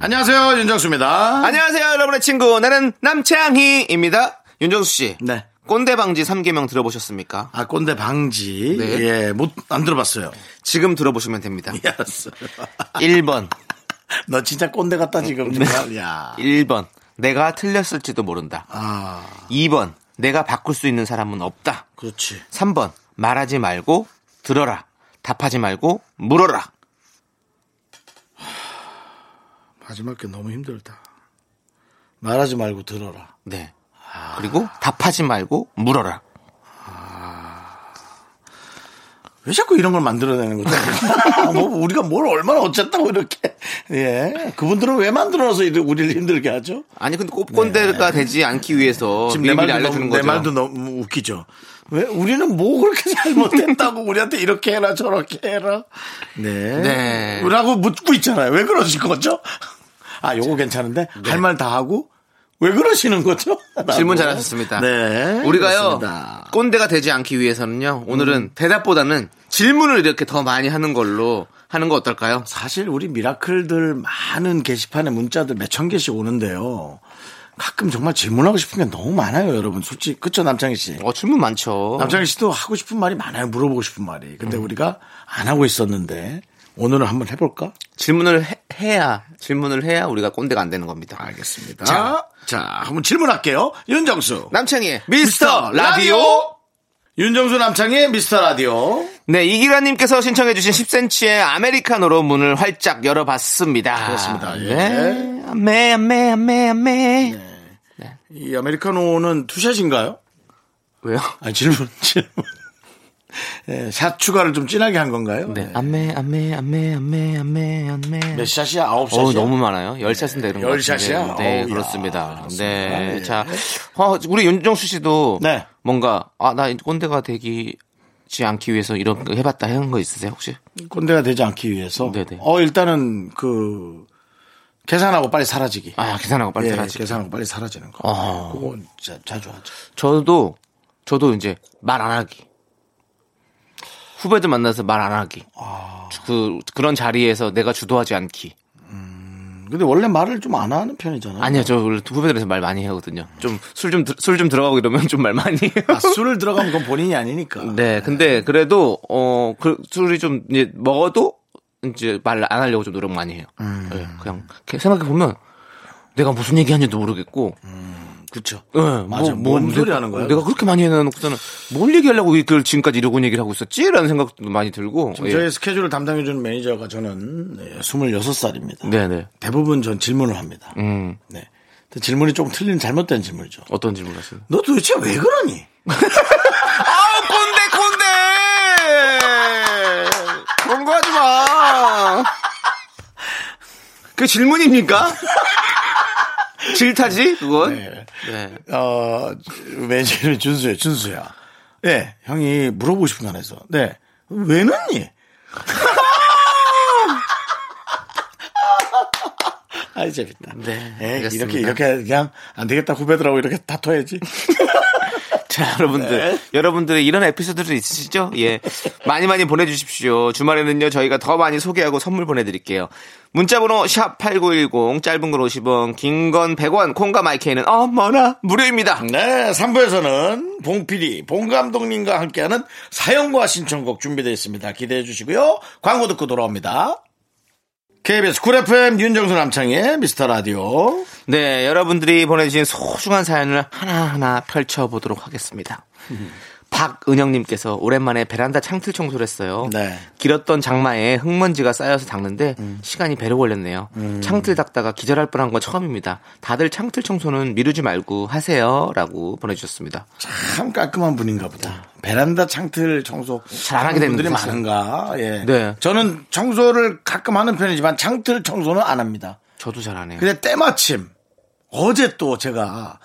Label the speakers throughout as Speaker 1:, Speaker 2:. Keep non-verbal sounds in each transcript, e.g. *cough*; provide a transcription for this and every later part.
Speaker 1: 안녕하세요, 윤정수입니다.
Speaker 2: 안녕하세요, 여러분의 친구. 나는 남창희입니다. 윤정수 씨.
Speaker 1: 네.
Speaker 2: 꼰대 방지 3개명 들어보셨습니까?
Speaker 1: 아, 꼰대 방지.
Speaker 2: 네.
Speaker 1: 예, 못, 안
Speaker 2: *laughs*
Speaker 1: 들어봤어요.
Speaker 2: 지금 들어보시면 됩니다.
Speaker 1: 알았어.
Speaker 2: 1번,
Speaker 1: *laughs* 너 진짜 꼰대 같다, 지금.
Speaker 2: 네.
Speaker 1: 정말. 야.
Speaker 2: 1번. 내가 틀렸을지도 모른다.
Speaker 1: 아,
Speaker 2: 2번. 내가 바꿀 수 있는 사람은 없다.
Speaker 1: 그렇지.
Speaker 2: 3번. 말하지 말고 들어라. 답하지 말고 물어라.
Speaker 1: 마지막 게 너무 힘들다. 말하지 말고 들어라.
Speaker 2: 네.
Speaker 1: 아.
Speaker 2: 그리고 답하지 말고 물어라.
Speaker 1: 왜 자꾸 이런 걸 만들어내는 *laughs* 거죠? 뭐 우리가 뭘 얼마나 어쨌다고 이렇게. 예. 그분들은 왜 만들어서 이렇게 우리를 힘들게 하죠?
Speaker 2: 아니 근데 꼭 꼰대가 되지 않기 위해서
Speaker 1: 네. 지금 어, 내
Speaker 2: 미리미리
Speaker 1: 말도,
Speaker 2: 알려주는
Speaker 1: 너무, 내
Speaker 2: 거죠.
Speaker 1: 말도 너무 웃기죠. 왜 우리는 뭐 그렇게 *laughs* 잘못했다고 우리한테 이렇게 해라 저렇게 해라. 네.
Speaker 2: 네.
Speaker 1: 라고 묻고 있잖아요. 왜 그러실 거죠? 아, 요거 괜찮은데? 할 말 다 하고 왜 그러시는 거죠?
Speaker 2: 네.
Speaker 1: *laughs* 라고.
Speaker 2: 질문 잘하셨습니다.
Speaker 1: 네.
Speaker 2: 우리가요
Speaker 1: 그렇습니다. 음.
Speaker 2: 꼰대가 되지 않기 위해서는요 오늘은 대답보다는 질문을 이렇게 더 많이 하는 걸로 하는 거 어떨까요?
Speaker 1: 사실 우리 미라클들 많은 게시판에 문자들 몇 천 개씩 오는데요. 가끔 정말 질문하고 싶은 게 너무 많아요, 여러분. 솔직히 그쵸 남창희 씨?
Speaker 2: 어 질문 많죠.
Speaker 1: 남창희 씨도 하고 싶은 말이 많아요. 물어보고 싶은 말이. 근데
Speaker 2: 음.
Speaker 1: 우리가 안 하고 있었는데 오늘은 한번 해볼까?
Speaker 2: 질문을 해, 야 질문을 해야 우리가 꼰대가 안 되는 겁니다.
Speaker 1: 알겠습니다.
Speaker 2: 자.
Speaker 1: 자, 자 한번 질문할게요. 윤정수.
Speaker 2: 남창희의 미스터 라디오.
Speaker 1: 윤정수 남창희 미스터 라디오.
Speaker 2: 네, 이기라님께서 신청해주신 10cm의 아메리카노로 문을 활짝 열어봤습니다.
Speaker 1: 그렇습니다. 예. 네.
Speaker 2: 네. 아메, 아메, 아메, 아메.
Speaker 1: 이 아메리카노는 투샷인가요?
Speaker 2: 왜요?
Speaker 1: 아니 질문 *laughs* 질문. 예, 샷 추가를 좀 진하게 한 건가요?
Speaker 2: 네. 아메, 아메, 아메, 아메, 아메, 아메.
Speaker 1: 몇 샷이야? 아홉 샷이야?
Speaker 2: 어우, 너무 많아요. 열샷은 되는 거
Speaker 1: 열
Speaker 2: 같은데.
Speaker 1: 샷이야?
Speaker 2: 네,
Speaker 1: 어우, 야,
Speaker 2: 그렇습니다.
Speaker 1: 그렇습니다.
Speaker 2: 네.
Speaker 1: 예.
Speaker 2: 자, 어, 우리 윤정수 씨도
Speaker 1: 네.
Speaker 2: 뭔가, 아, 나 꼰대가 되기지 않기 위해서 이런 거 해봤다 하는 거 있으세요, 혹시?
Speaker 1: 꼰대가 되지 않기 위해서.
Speaker 2: 네네.
Speaker 1: 어 일단은 그 계산하고 빨리 사라지기.
Speaker 2: 아, 계산하고 빨리
Speaker 1: 예,
Speaker 2: 사라지기.
Speaker 1: 계산하고 빨리 사라지는 거.
Speaker 2: 어.
Speaker 1: 그거 자, 자주 하죠.
Speaker 2: 저도 저도 이제 말 안 하기 후배들 만나서 말 안 하기
Speaker 1: 아.
Speaker 2: 그 그런 자리에서 내가 주도하지 않기
Speaker 1: 근데 원래 말을 좀 안 하는 편이잖아요.
Speaker 2: 아니요 저 원래 후배들에서 말 많이 하거든요 좀 술 좀 술 좀 들어가고 이러면 좀 말 많이 해요
Speaker 1: 아, 술을 들어가면 그건 본인이 아니니까.
Speaker 2: 네 근데 그래도 어그 술이 좀 이제 먹어도 이제 말 안 하려고 좀 노력 많이 해요
Speaker 1: 음.
Speaker 2: 네, 그냥 생각해 보면 내가 무슨 얘기하는지도 모르겠고
Speaker 1: 그렇죠.
Speaker 2: 예,
Speaker 1: 맞아. 뭔
Speaker 2: 내-
Speaker 1: 소리 하는 거야?
Speaker 2: 내가 그렇게 많이 해놓고서는 뭘 얘기하려고 이걸 지금까지 이러고 얘기를 하고 있었지라는 생각도 많이 들고. 예.
Speaker 1: 지금 저의 스케줄을 담당해주는 매니저가 저는 네, 26살입니다.
Speaker 2: 네네.
Speaker 1: 대부분 전 질문을 합니다.
Speaker 2: 음,
Speaker 1: 네. 근데 질문이 조금 틀린 잘못된 질문이죠.
Speaker 2: 어떤 질문 하시는?
Speaker 1: 너 도대체 왜 그러니?
Speaker 2: *laughs* 아우, 꼰대, 꼰대! 그런 거 하지
Speaker 1: *laughs*
Speaker 2: 마! 그게 질문입니까? *laughs* 질타지? 그건?
Speaker 1: 네.
Speaker 2: 네.
Speaker 1: 어, 매니저는 준수야, 준수야. 예, 형이 물어보고 싶은 거 안에서. 네. 왜 넣니? *laughs* 아이, 재밌다.
Speaker 2: 네,
Speaker 1: 예,
Speaker 2: 알겠습니다.
Speaker 1: 이렇게, 이렇게 그냥 안 되겠다 후배들하고 이렇게 다퉈야지.
Speaker 2: 자, 여러분들. 여러분들의 이런 에피소드들 있으시죠? 예. 많이 많이 보내주십시오. 주말에는요, 저희가 더 많이 소개하고 선물 보내드릴게요. 문자번호 샵8910, 짧은 걸 50원, 긴 건 100원, 콩과 마이케이는 어머나, 무료입니다.
Speaker 1: 네, 3부에서는 봉PD, 봉 감독님과 함께하는 사연과 신청곡 준비되어 있습니다. 기대해 주시고요. 광고 듣고 돌아옵니다. KBS 쿨 FM 윤정수 남창의 미스터 라디오.
Speaker 2: 네, 여러분들이 보내주신 소중한 사연을 하나하나 펼쳐보도록 하겠습니다. 박은영님께서 오랜만에 베란다 창틀 청소를 했어요.
Speaker 1: 네.
Speaker 2: 길었던 장마에 흙먼지가 쌓여서 닦는데 시간이 배로 걸렸네요. 창틀 닦다가 기절할 뻔한 건 처음입니다. 다들 창틀 청소는 미루지 말고 하세요. 라고 보내주셨습니다.
Speaker 1: 참 깔끔한 분인가 보다. 베란다 창틀 청소
Speaker 2: 안 하게 되는
Speaker 1: 분들이
Speaker 2: 거죠.
Speaker 1: 많은가. 예.
Speaker 2: 네.
Speaker 1: 저는 청소를 가끔 하는 편이지만 창틀 청소는 안 합니다.
Speaker 2: 저도 잘안 해요.
Speaker 1: 근데 때마침 어제 또 제가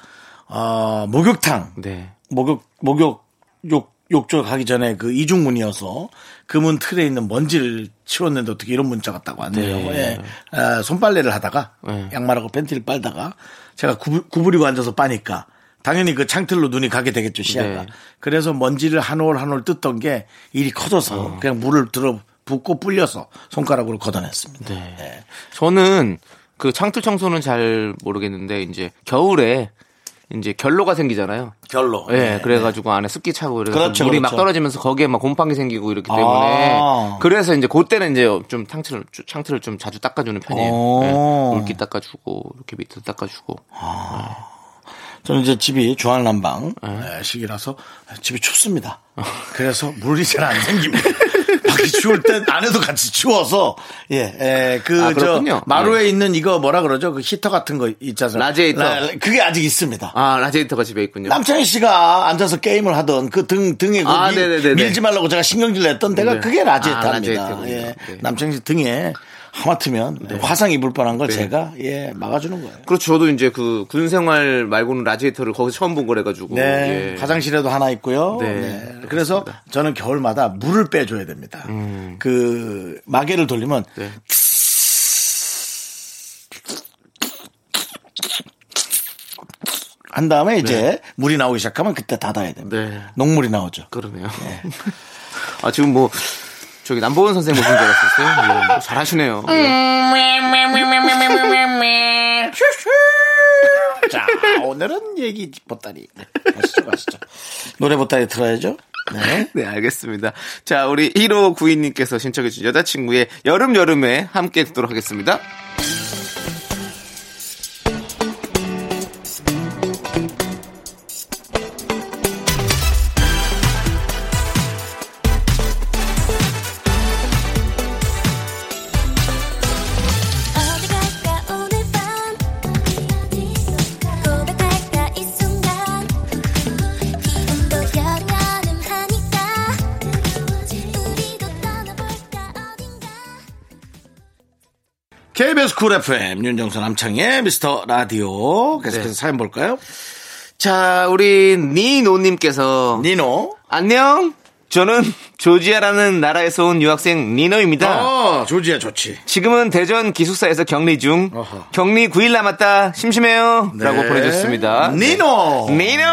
Speaker 1: 어, 목욕탕
Speaker 2: 네.
Speaker 1: 목욕 목욕 욕 욕조 가기 전에 그 이중문이어서 그 문 틀에 있는 먼지를 치웠는데 어떻게 이런 문자가 딱 왔네요.
Speaker 2: 네.
Speaker 1: 예. 아, 손빨래를 하다가
Speaker 2: 네.
Speaker 1: 양말하고 팬티를 빨다가 제가 구부, 구부리고 앉아서 빠니까 당연히 그 창틀로 눈이 가게 되겠죠 시야가.
Speaker 2: 네.
Speaker 1: 그래서 먼지를 한 올 한 올 뜯던 게 일이 커져서 그냥 물을 들어 붓고 불려서 손가락으로 걷어냈습니다.
Speaker 2: 네.
Speaker 1: 예.
Speaker 2: 저는 그 창틀 청소는 잘 모르겠는데 이제 겨울에 이제 결로가 생기잖아요.
Speaker 1: 결로.
Speaker 2: 예,
Speaker 1: 네.
Speaker 2: 그래가지고 안에 습기 차고 그래서
Speaker 1: 그렇죠,
Speaker 2: 물이
Speaker 1: 그렇죠.
Speaker 2: 막 떨어지면서 거기에 막 곰팡이 생기고 이렇기 때문에
Speaker 1: 아.
Speaker 2: 그래서 이제 그때는 이제 좀 창틀을 쭈- 창틀을 좀 자주 닦아주는 편이에요.
Speaker 1: 어. 오.
Speaker 2: 예, 물기 닦아주고 이렇게 밑에 닦아주고.
Speaker 1: 저는 이제 집이 주한난방
Speaker 2: 네.
Speaker 1: 예, 시기라서 집이
Speaker 2: *laughs*
Speaker 1: 춥습니다. 그래서 물이 잘 안 생깁니다. 밖에 추울 땐 안에도 같이 추워서 예,
Speaker 2: 아,
Speaker 1: 예그저
Speaker 2: 그렇군요.
Speaker 1: 마루에 있는 이거 뭐라 그러죠 그 히터 같은 거 있잖아요.
Speaker 2: 라제 히터.
Speaker 1: 그게 아직 있습니다.
Speaker 2: 아 라제이터가 집에 있군요.
Speaker 1: 남창희 씨가 앉아서 게임을 하던 그 등 등에 그
Speaker 2: 아,
Speaker 1: 밀-
Speaker 2: 네네네네.
Speaker 1: 밀지 말라고 제가 신경질 냈던 데가
Speaker 2: 네.
Speaker 1: 그게
Speaker 2: 아,
Speaker 1: 라지에타입니다.
Speaker 2: 라지에타군요.
Speaker 1: 예.
Speaker 2: 네.
Speaker 1: 남창희 씨 등에 하마터면 화상 입을 뻔한
Speaker 2: 네.
Speaker 1: 걸 제가 예 막아주는 거예요.
Speaker 2: 그렇죠. 저도 이제 그 군생활 말고는 라제이터를 거기서 처음 본 거래가지고.
Speaker 1: 네.
Speaker 2: 예.
Speaker 1: 화장실에도 하나 있고요.
Speaker 2: 네,
Speaker 1: 네. 그래서 저는 겨울마다 물을 빼줘야 됩니다. 그 마개를 돌리면
Speaker 2: 음. 네.
Speaker 1: 한 다음에 이제 물이 나오기 시작하면 그때 닫아야 됩니다.
Speaker 2: 네.
Speaker 1: 녹물이 나오죠.
Speaker 2: 그러네요. *laughs* 아 지금 뭐 저기 남보원 선생 모신 줄 알았었어요. 예, 뭐 잘하시네요. 예. 그,
Speaker 1: 자, *laughs* 오늘은 얘기 보따리. 네, 가시죠, 가시죠. 노래 보따리 들어야죠. 네.
Speaker 2: *laughs* 네, 알겠습니다. 자, 우리 1호 구인님께서 신청해주신 여자친구의 여름 여름에 함께 듣도록 하겠습니다.
Speaker 3: 어디 갈까 오늘 밤 고백할까 이 순간 기분도 여름여름하니까 우리도 떠나볼까 어딘가
Speaker 1: KBS 쿨 FM 윤정수 남창의 미스터 라디오 계속해서
Speaker 2: 네.
Speaker 1: 사연 볼까요?
Speaker 2: 자, 우리 니노님께서
Speaker 1: 니노.
Speaker 2: 안녕. 저는 조지아라는 나라에서 온 유학생 니노입니다.
Speaker 1: 어, 조지야 좋지.
Speaker 2: 지금은 대전 기숙사에서 격리 중.
Speaker 1: 어허.
Speaker 2: 격리 9일 남았다. 심심해요. 라고
Speaker 1: 네.
Speaker 2: 보내줬습니다.
Speaker 1: 니노.
Speaker 2: 네. 니노!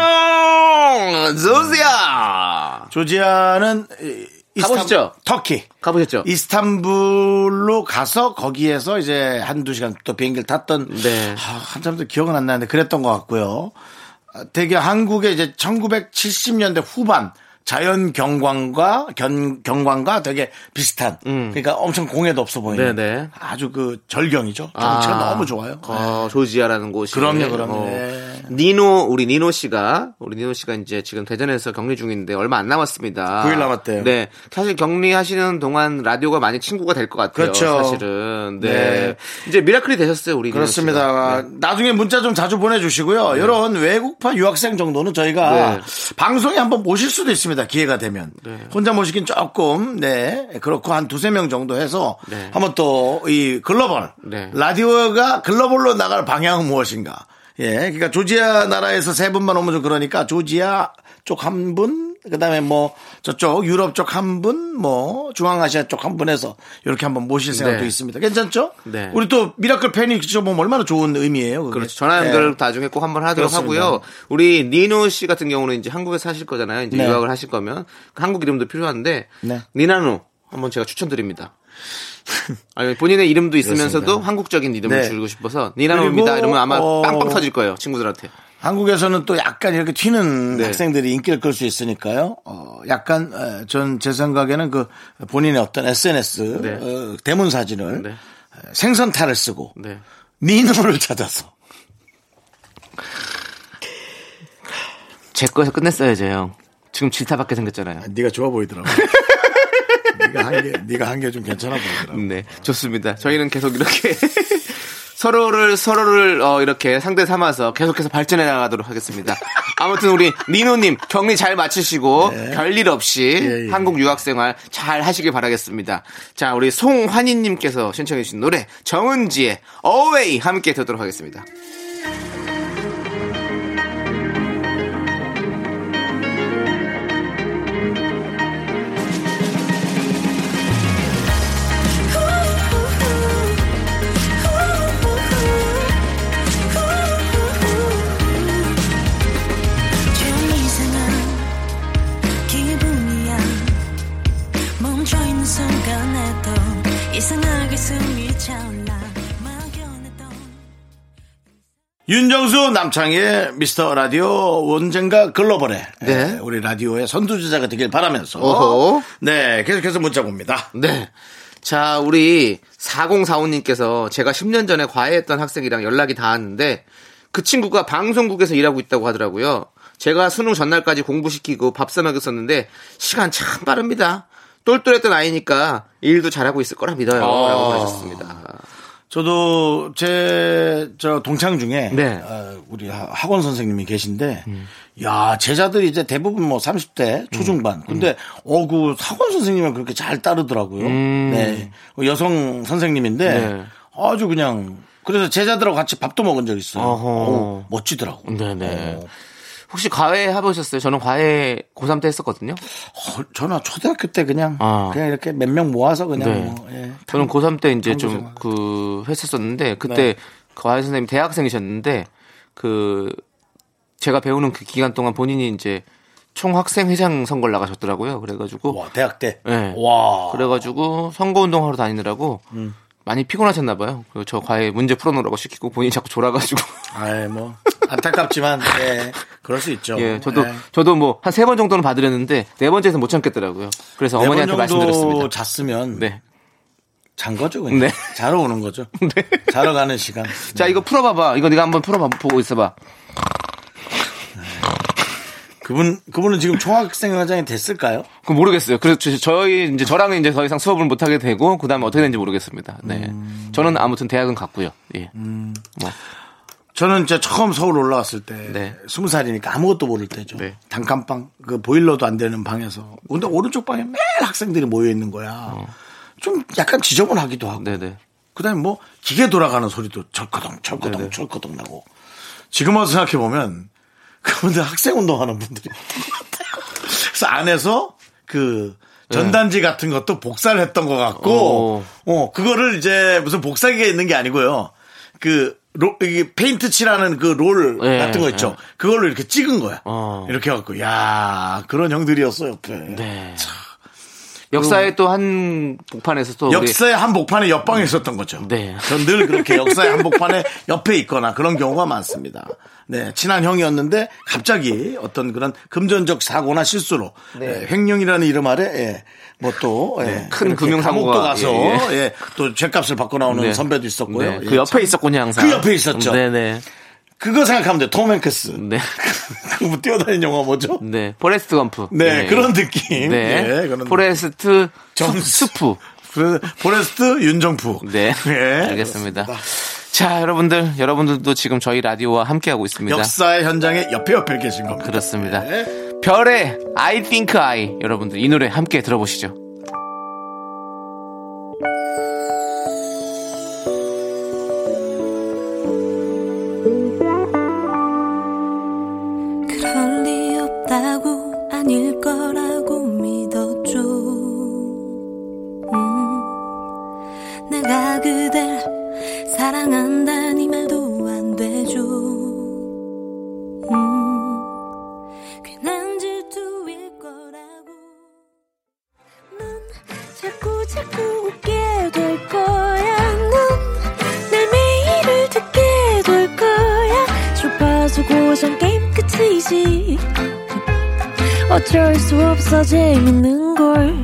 Speaker 2: 조지아!
Speaker 1: 조지아는 이- 이스탄-
Speaker 2: 가보시죠.
Speaker 1: 터키.
Speaker 2: 가보셨죠?
Speaker 1: 이스탄불로 가서 거기에서 이제 한두 시간 또 비행기를 탔던
Speaker 2: 네.
Speaker 1: 아, 한참도 기억은 안 나는데 그랬던 것 같고요. 아, 되게 한국의 이제 1970년대 후반 자연 경관과 견, 경관과 되게 비슷한 그러니까 엄청 공해도 없어 보이는
Speaker 2: 음. 네네.
Speaker 1: 아주 그 절경이죠. 경치가
Speaker 2: 아.
Speaker 1: 너무 좋아요.
Speaker 2: 어, 조지아라는 곳이.
Speaker 1: 그럼요, 그럼요.
Speaker 2: 어,
Speaker 1: 네.
Speaker 2: 니노, 우리 니노 씨가, 우리 니노 씨가 이제 지금 대전에서 격리 중인데 얼마 안 남았습니다.
Speaker 1: 9일 남았대요.
Speaker 2: 네. 사실 격리하시는 동안 라디오가 많이 친구가 될 것 같아요.
Speaker 1: 그렇죠.
Speaker 2: 사실은. 네.
Speaker 1: 네.
Speaker 2: 이제 미라클이 되셨어요, 우리 니노 씨가.
Speaker 1: 그렇습니다. 나중에 문자 좀 자주 보내주시고요. 이런 외국파 유학생 정도는 저희가
Speaker 2: 네.
Speaker 1: 방송에 한번 모실 수도 있습니다. 기회가 되면. 혼자 모시긴 조금, 네. 그렇고 한 두세 명 정도 해서
Speaker 2: 네.
Speaker 1: 한번 또 이 글로벌,
Speaker 2: 네.
Speaker 1: 라디오가 글로벌로 나갈 방향은 무엇인가. 예. 그러니까 조지아 나라에서 세 분만 오면 좀 그러니까 조지아 쪽 한 분, 그 다음에 뭐 저쪽 유럽 쪽 한 분, 뭐 중앙아시아 쪽 한 분에서 이렇게 한번 모실 생각도
Speaker 2: 네.
Speaker 1: 있습니다. 괜찮죠?
Speaker 2: 네.
Speaker 1: 우리 또 미라클 팬이 직접 보면 얼마나 좋은 의미예요. 그게. 네.
Speaker 2: 그렇죠. 전화 연결 나중에 꼭 한번 하도록
Speaker 1: 그렇습니다.
Speaker 2: 하고요. 우리 니노 씨 같은 경우는 이제 한국에 사실 거잖아요. 이제
Speaker 1: 네.
Speaker 2: 유학을 하실 거면 그 한국 이름도 필요한데
Speaker 1: 네.
Speaker 2: 니나노 한번
Speaker 1: *laughs*
Speaker 2: 제가 추천드립니다. 아니 본인의 이름도 있으면서도
Speaker 1: 그렇습니다.
Speaker 2: 한국적인 이름을
Speaker 1: 네.
Speaker 2: 주고 싶어서 니나노입니다.
Speaker 1: 그리고,
Speaker 2: 이러면 아마
Speaker 1: 어,
Speaker 2: 빵빵 터질 거예요 친구들한테.
Speaker 1: 한국에서는 또 약간 이렇게 튀는
Speaker 2: 네.
Speaker 1: 학생들이 인기를 끌 수 있으니까요. 어, 약간 전 제 생각에는 그 본인의 어떤 SNS
Speaker 2: 네.
Speaker 1: 어, 대문 사진을
Speaker 2: 네.
Speaker 1: 어, 생선탈을 쓰고
Speaker 2: 네.
Speaker 1: 니노를 찾아서
Speaker 2: 제 거에서 끝냈어야죠 형. 지금 질타받게 생겼잖아요.
Speaker 1: 네가 좋아 *laughs* 보이더라고. 네가 한 게 네가 한 게 좀 괜찮아 보이더라고.
Speaker 2: 네, 좋습니다. 저희는 계속 이렇게 *laughs* 서로를 서로를 어, 이렇게 상대 삼아서 계속해서 발전해 나가도록 하겠습니다. 아무튼 우리 니노님 격리 잘 마치시고 별일 없이
Speaker 1: 예, 예.
Speaker 2: 한국 유학생활 잘 하시길 바라겠습니다. 자, 우리 송환희님께서 신청해주신 노래 정은지의 Away 함께 듣도록 하겠습니다.
Speaker 3: 아
Speaker 4: 어느 순간에도 이상하게 숨이 차올라 막연했던
Speaker 1: 윤정수 남창희의 미스터 라디오 언젠가 글로벌에
Speaker 2: 네.
Speaker 1: 예, 우리 라디오의 선두주자가 되길 바라면서
Speaker 2: 어허.
Speaker 1: 네 계속해서 문자 봅니다.
Speaker 2: 네. 자, 우리 4045님께서 제가 10년 전에 과외했던 학생이랑 연락이 닿았는데 그 친구가 방송국에서 일하고 있다고 하더라고요. 제가 수능 전날까지 공부시키고 밥 사먹였었는데 시간 참 빠릅니다. 똘똘했던 아이니까 일도 잘하고 있을 거라 믿어요. 라고 하셨습니다.
Speaker 1: 저도 제 저 동창 중에
Speaker 2: 네.
Speaker 1: 어, 우리 하- 학원 선생님이 계신데 야 제자들이 이제 대부분 뭐 30대 초중반
Speaker 2: 음,
Speaker 1: 근데 어그 학원 선생님을 그렇게 잘 따르더라고요. 네 여성 선생님인데
Speaker 2: 음. 네.
Speaker 1: 아주 그냥 그래서 제자들하고 같이 밥도 먹은 적 있어요.
Speaker 2: 어허.
Speaker 1: 어, 멋지더라고.
Speaker 2: 네네.
Speaker 1: 어.
Speaker 2: 혹시 과외 해보셨어요? 저는 과외 고3 때 했었거든요.
Speaker 1: 어, 저는 초등학교 때 그냥
Speaker 2: 아.
Speaker 1: 그냥 이렇게 몇 명 모아서 그냥
Speaker 2: 네.
Speaker 1: 뭐, 예.
Speaker 2: 저는 고3 때 이제
Speaker 1: 탐구생활. 네.
Speaker 2: 좀 그 했었었는데 그때 과외 선생님 대학생이셨는데 그 제가 배우는 그 기간 동안 본인이 이제 총학생 회장 선거를 나가셨더라고요. 그래가지고
Speaker 1: 와 대학 때.
Speaker 2: 네.
Speaker 1: 와.
Speaker 2: 그래가지고 선거 운동하러 다니느라고
Speaker 1: 음.
Speaker 2: 많이 피곤하셨나 봐요. 그저 과외 문제 풀어놓으라고 시키고 본인이 자꾸 졸아가지고
Speaker 1: 아이 뭐 안타깝지만 예. 그럴 수 있죠.
Speaker 2: *laughs* 예 저도
Speaker 1: 네.
Speaker 2: 저도 뭐 한 세 번 정도는 받으려는데 네 번째에서 못 참겠더라고요. 그래서
Speaker 1: 네번
Speaker 2: 어머니한테
Speaker 1: 정도
Speaker 2: 말씀드렸습니다.
Speaker 1: 잤으면
Speaker 2: 네.
Speaker 1: 잔 거죠 그냥.
Speaker 2: 네.
Speaker 1: 자러 오는
Speaker 2: *laughs*
Speaker 1: 거죠. 자러 가는 시간. 네.
Speaker 2: 자 이거 풀어봐봐. 이거 네가 한번 풀어봐 보고 있어봐.
Speaker 1: 그분 그분은 지금 총학생 회장이 됐을까요?
Speaker 2: 그 모르겠어요. 그래서 저- 저희 이제 저랑은 이제 더 이상 수업을 못 하게 되고 그다음에 어떻게 되는지 모르겠습니다. 네.
Speaker 1: 음.
Speaker 2: 저는 아무튼 대학은 갔고요. 예. 뭐,
Speaker 1: 저는 이제 처음 서울 올라왔을 때
Speaker 2: 네.
Speaker 1: 스무 살이니까 아무것도 모를 때죠.
Speaker 2: 네.
Speaker 1: 단칸방 그 보일러도 안 되는 방에서 근데 오른쪽 방에 매일 학생들이 모여 있는 거야. 좀 약간 지저분하기도 하고.
Speaker 2: 어. 네, 네.
Speaker 1: 그다음에 뭐 기계 돌아가는 소리도 철거동 철거동
Speaker 2: 네네.
Speaker 1: 철거동 나고 지금 와서 생각해 보면 그분들 학생 운동하는 분들이 *laughs* 그래서 안에서 그 전단지 같은 것도 복사를 했던 것 같고
Speaker 2: 네. 오.
Speaker 1: 어 그거를 이제 무슨 복사기가 있는 게 아니고요 그 로, 이게 페인트 칠하는 그 롤
Speaker 2: 예,
Speaker 1: 같은 거 있죠 그걸로 이렇게 찍은 거야
Speaker 2: 어.
Speaker 1: 이렇게 갖고 야 그런 형들이었어 옆에
Speaker 2: 네. 역사의 또 한 복판에서 또 우리-
Speaker 1: 역사의 한 복판에 옆방에 있었던 거죠.
Speaker 2: 네.
Speaker 1: 전 늘 그렇게 역사의 한 복판에 옆에 있거나 그런 경우가 많습니다. 네, 친한 형이었는데 갑자기 어떤 그런 금전적 사고나 실수로 예, 횡령이라는 이름 아래 뭐 또
Speaker 2: 네, 큰 금융사고가,
Speaker 1: 감옥도 가서
Speaker 2: 예, 예.
Speaker 1: 예, 또 죄값을 받고 나오는
Speaker 2: 네.
Speaker 1: 선배도 있었고요.
Speaker 2: 네.
Speaker 1: 예,
Speaker 2: 그 옆에
Speaker 1: 참.
Speaker 2: 있었군요, 항상.
Speaker 1: 그 옆에 있었죠.
Speaker 2: 네, 네.
Speaker 1: 그거 생각하면 돼요. 톰 행크스.
Speaker 2: 네.
Speaker 1: *laughs* 그뭐 뛰어다니는 영화 뭐죠?
Speaker 2: 네. 포레스트 검프. 예,
Speaker 1: 네, 그런 느낌.
Speaker 2: 네.
Speaker 1: 예, 그런
Speaker 2: 포레스트
Speaker 1: 정-
Speaker 2: 수- 수프.
Speaker 1: 그래서 포레스트 윤정프.
Speaker 2: 네.
Speaker 1: *laughs* 예,
Speaker 2: 알겠습니다. 자, 여러분들, 여러분들도 지금 저희 라디오와 함께하고 있습니다.
Speaker 1: 역사의 현장에 옆에 옆에 계신 겁니다.
Speaker 2: 그렇습니다. 네. 별의 I Think I 여러분들 이 노래 함께 들어보시죠.
Speaker 4: 그럴 리 없다고 아닐 거라고 믿었죠 음, 내가 그댈 사랑한다는 이 말도 안 되죠 음, 괜한 질투일 거라고 넌 자꾸 자꾸 웃게 될 거야 넌내 매일을 듣게 될 거야 주파수 고정 게임 끝이지 어쩔 수 없어 재밌는 걸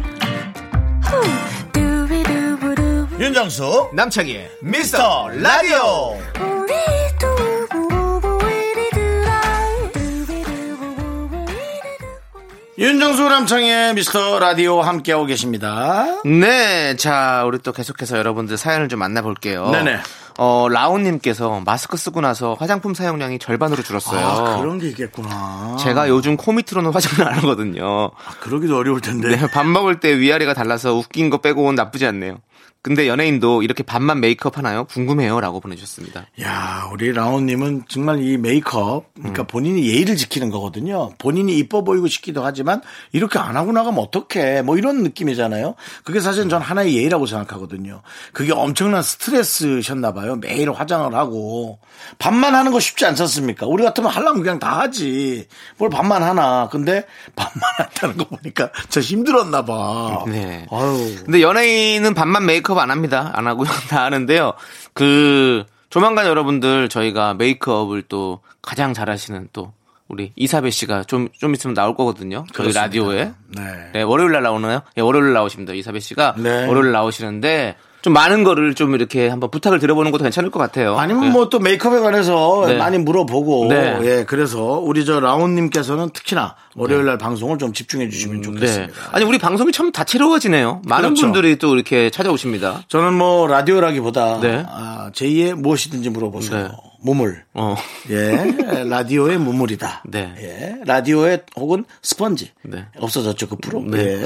Speaker 4: 후. 두비두부두.
Speaker 1: 윤정수 남창희의 미스터 라디오
Speaker 4: 우리 두부부부 이리들아. 두비두부부부 이리들아.
Speaker 1: 윤정수 남창희의 미스터 라디오 함께하고 계십니다.
Speaker 2: 네, 자 우리 또 계속해서 여러분들 사연을 좀 만나볼게요.
Speaker 1: 네네.
Speaker 2: 어 라온님께서 마스크 쓰고 나서 화장품 사용량이 절반으로 줄었어요.
Speaker 1: 아 그런 게 있겠구나. 아,
Speaker 2: 제가 요즘 코 밑으로는 화장을 안 하거든요.
Speaker 1: 그러기도 어려울 텐데.
Speaker 2: 네, 밥 먹을 때 위아래가 달라서 웃긴 거 빼고는 나쁘지 않네요. 근데 연예인도 이렇게 반만 메이크업 하나요? 궁금해요라고 보내주셨습니다.
Speaker 1: 야 우리 라온님은 정말 이 메이크업 그러니까 본인이 예의를 지키는 거거든요. 본인이 이뻐 보이고 싶기도 하지만 이렇게 안 하고 나가면 어떡해 뭐 이런 느낌이잖아요. 그게 사실 전 하나의 예의라고 생각하거든요. 그게 엄청난 스트레스셨나 봐요. 거예요. 매일 화장을 하고. 밥만 하는 거 쉽지 않지 않습니까? 우리 같으면 하려면 그냥 다 하지. 뭘 밥만 하나. 근데 *laughs* 밥만 한다는 거 보니까 저 힘들었나 봐.
Speaker 2: 네.
Speaker 1: 아유.
Speaker 2: 근데 연예인은 반만 메이크업 안 합니다. 안 하고요. *laughs* 다 하는데요. 그 조만간 여러분들 저희가 메이크업을 또 가장 잘하시는 또 우리 이사배 씨가 좀 좀 있으면 나올 거거든요. 저희
Speaker 1: 그렇습니다.
Speaker 2: 라디오에.
Speaker 1: 네.
Speaker 2: 네, 월요일 날 나오나요? 예, 월요일 날 나오십니다. 이사배 씨가
Speaker 1: 네.
Speaker 2: 월요일 나오시는데 좀 많은 거를 좀 이렇게 한번 부탁을 드려보는 것도 괜찮을 것 같아요.
Speaker 1: 아니면
Speaker 2: 예.
Speaker 1: 뭐 또 메이크업에 관해서
Speaker 2: 네.
Speaker 1: 많이 물어보고
Speaker 2: 네.
Speaker 1: 예 그래서 우리 저 라온님께서는 특히나 월요일 날 방송을 좀 집중해 주시면
Speaker 2: 네.
Speaker 1: 좋겠습니다.
Speaker 2: 아니 우리 방송이 참 다채로워지네요. 많은
Speaker 1: 그렇죠.
Speaker 2: 분들이 또 이렇게 찾아오십니다.
Speaker 1: 저는 뭐 라디오라기보다
Speaker 2: 네.
Speaker 1: 아, 제2의 무엇이든지 물어보세요.
Speaker 2: 네.
Speaker 1: 무물.
Speaker 2: 어.
Speaker 1: 예, 라디오의 무물이다.
Speaker 2: *laughs* 네.
Speaker 1: 예, 라디오의 혹은 스펀지.
Speaker 2: 네.
Speaker 1: 없어졌죠, 그 프로. 예.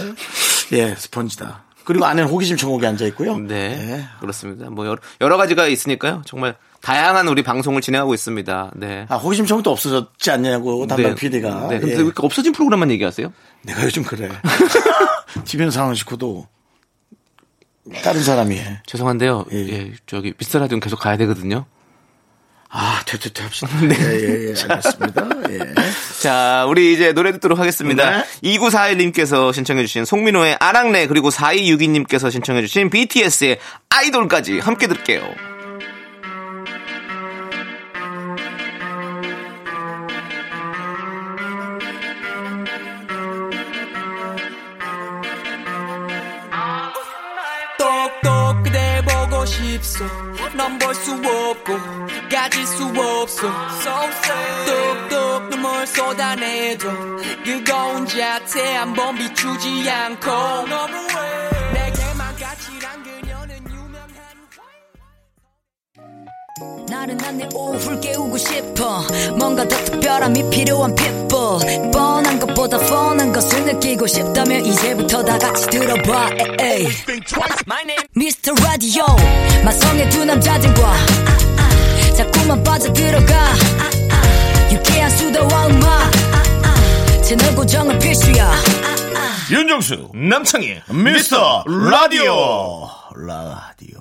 Speaker 1: 예, 스펀지다. 그리고 안에는 호기심 천국에 앉아 있고요. 예.
Speaker 2: 네. 그렇습니다. 뭐 여러, 여러 가지가 있으니까요. 정말 다양한 우리 방송을 진행하고 있습니다. 네.
Speaker 1: 아, 호기심 천국도 없어졌지 않냐고 담당
Speaker 2: 네.
Speaker 1: PD가. 예.
Speaker 2: 네. 근데 왜 이렇게 없어진 프로그램만 얘기하세요?
Speaker 1: 내가 요즘 그래. *laughs* 집에는 상황 시켜도 다른 사람이 해.
Speaker 2: 죄송한데요.
Speaker 1: 예.
Speaker 2: 예. 저기 미스터 라디오 계속 가야 되거든요.
Speaker 1: 아, 퇴퇴퇴 합시다. *laughs* 예, 예, 예. 알겠습니다. 예.
Speaker 2: 자, 우리 이제 노래 듣도록 하겠습니다.
Speaker 1: 네.
Speaker 2: 2941님께서 신청해주신 송민호의 아랑네 그리고 4262님께서 신청해주신 BTS의 아이돌까지 함께 들을게요.
Speaker 5: 똑똑 그대 보고 싶소 넌 볼 수 없고 가질 수 없어 똑똑 눈물 쏟아내도 그거 혼자한테 한번 비추지 않고 내게만 까칠한 그녀는 유명한
Speaker 6: 나른한 내 오후를 깨우고 싶어 뭔가 더 특별함이 필요한 people 뻔한 것보다 뻔한 것을 느끼고 싶다면 이제부터 다 같이 들어봐 에이. Mr. Radio 마성의 두 남자들과 아, 자꾸만 빠져들어가 아, 유쾌한 수다와 음악 채널 고정은 필수야
Speaker 1: 윤정수 남창희 미스터 라디오 라디오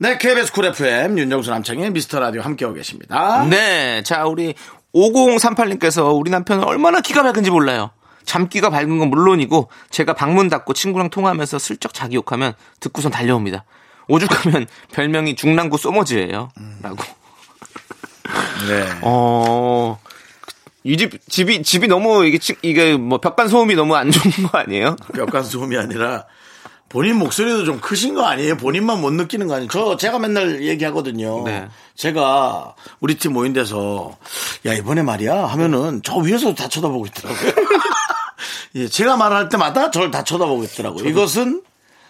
Speaker 1: 네 KBS 쿨 FM 윤정수 남창희 미스터 라디오 함께하고 계십니다
Speaker 2: 네. 자, 우리 5038님께서 우리 남편은 얼마나 키가 밝은지 몰라요. 잠기가 밝은 건 물론이고 제가 방문 닫고 친구랑 통화하면서 슬쩍 자기 욕하면 듣고선 달려옵니다. 오죽하면 별명이 중랑구 소머즈예요. 라고.
Speaker 1: 네.
Speaker 2: 어. 이 집 집이 집이 너무 이게 치- 이게 뭐 벽간 소음이 너무 안 좋은 거 아니에요?
Speaker 1: 벽간 소음이 아니라 본인 목소리도 좀 크신 거 아니에요? 본인만 못 느끼는 거 아니에요? 저 제가 맨날 얘기하거든요.
Speaker 2: 네.
Speaker 1: 제가 우리 팀 모인 데서 야 이번에 말이야 하면은 저 위에서 다 쳐다보고 있더라고요. *laughs* 예, 제가 말할 때마다 저를 다 쳐다보고 있더라고요. 이것은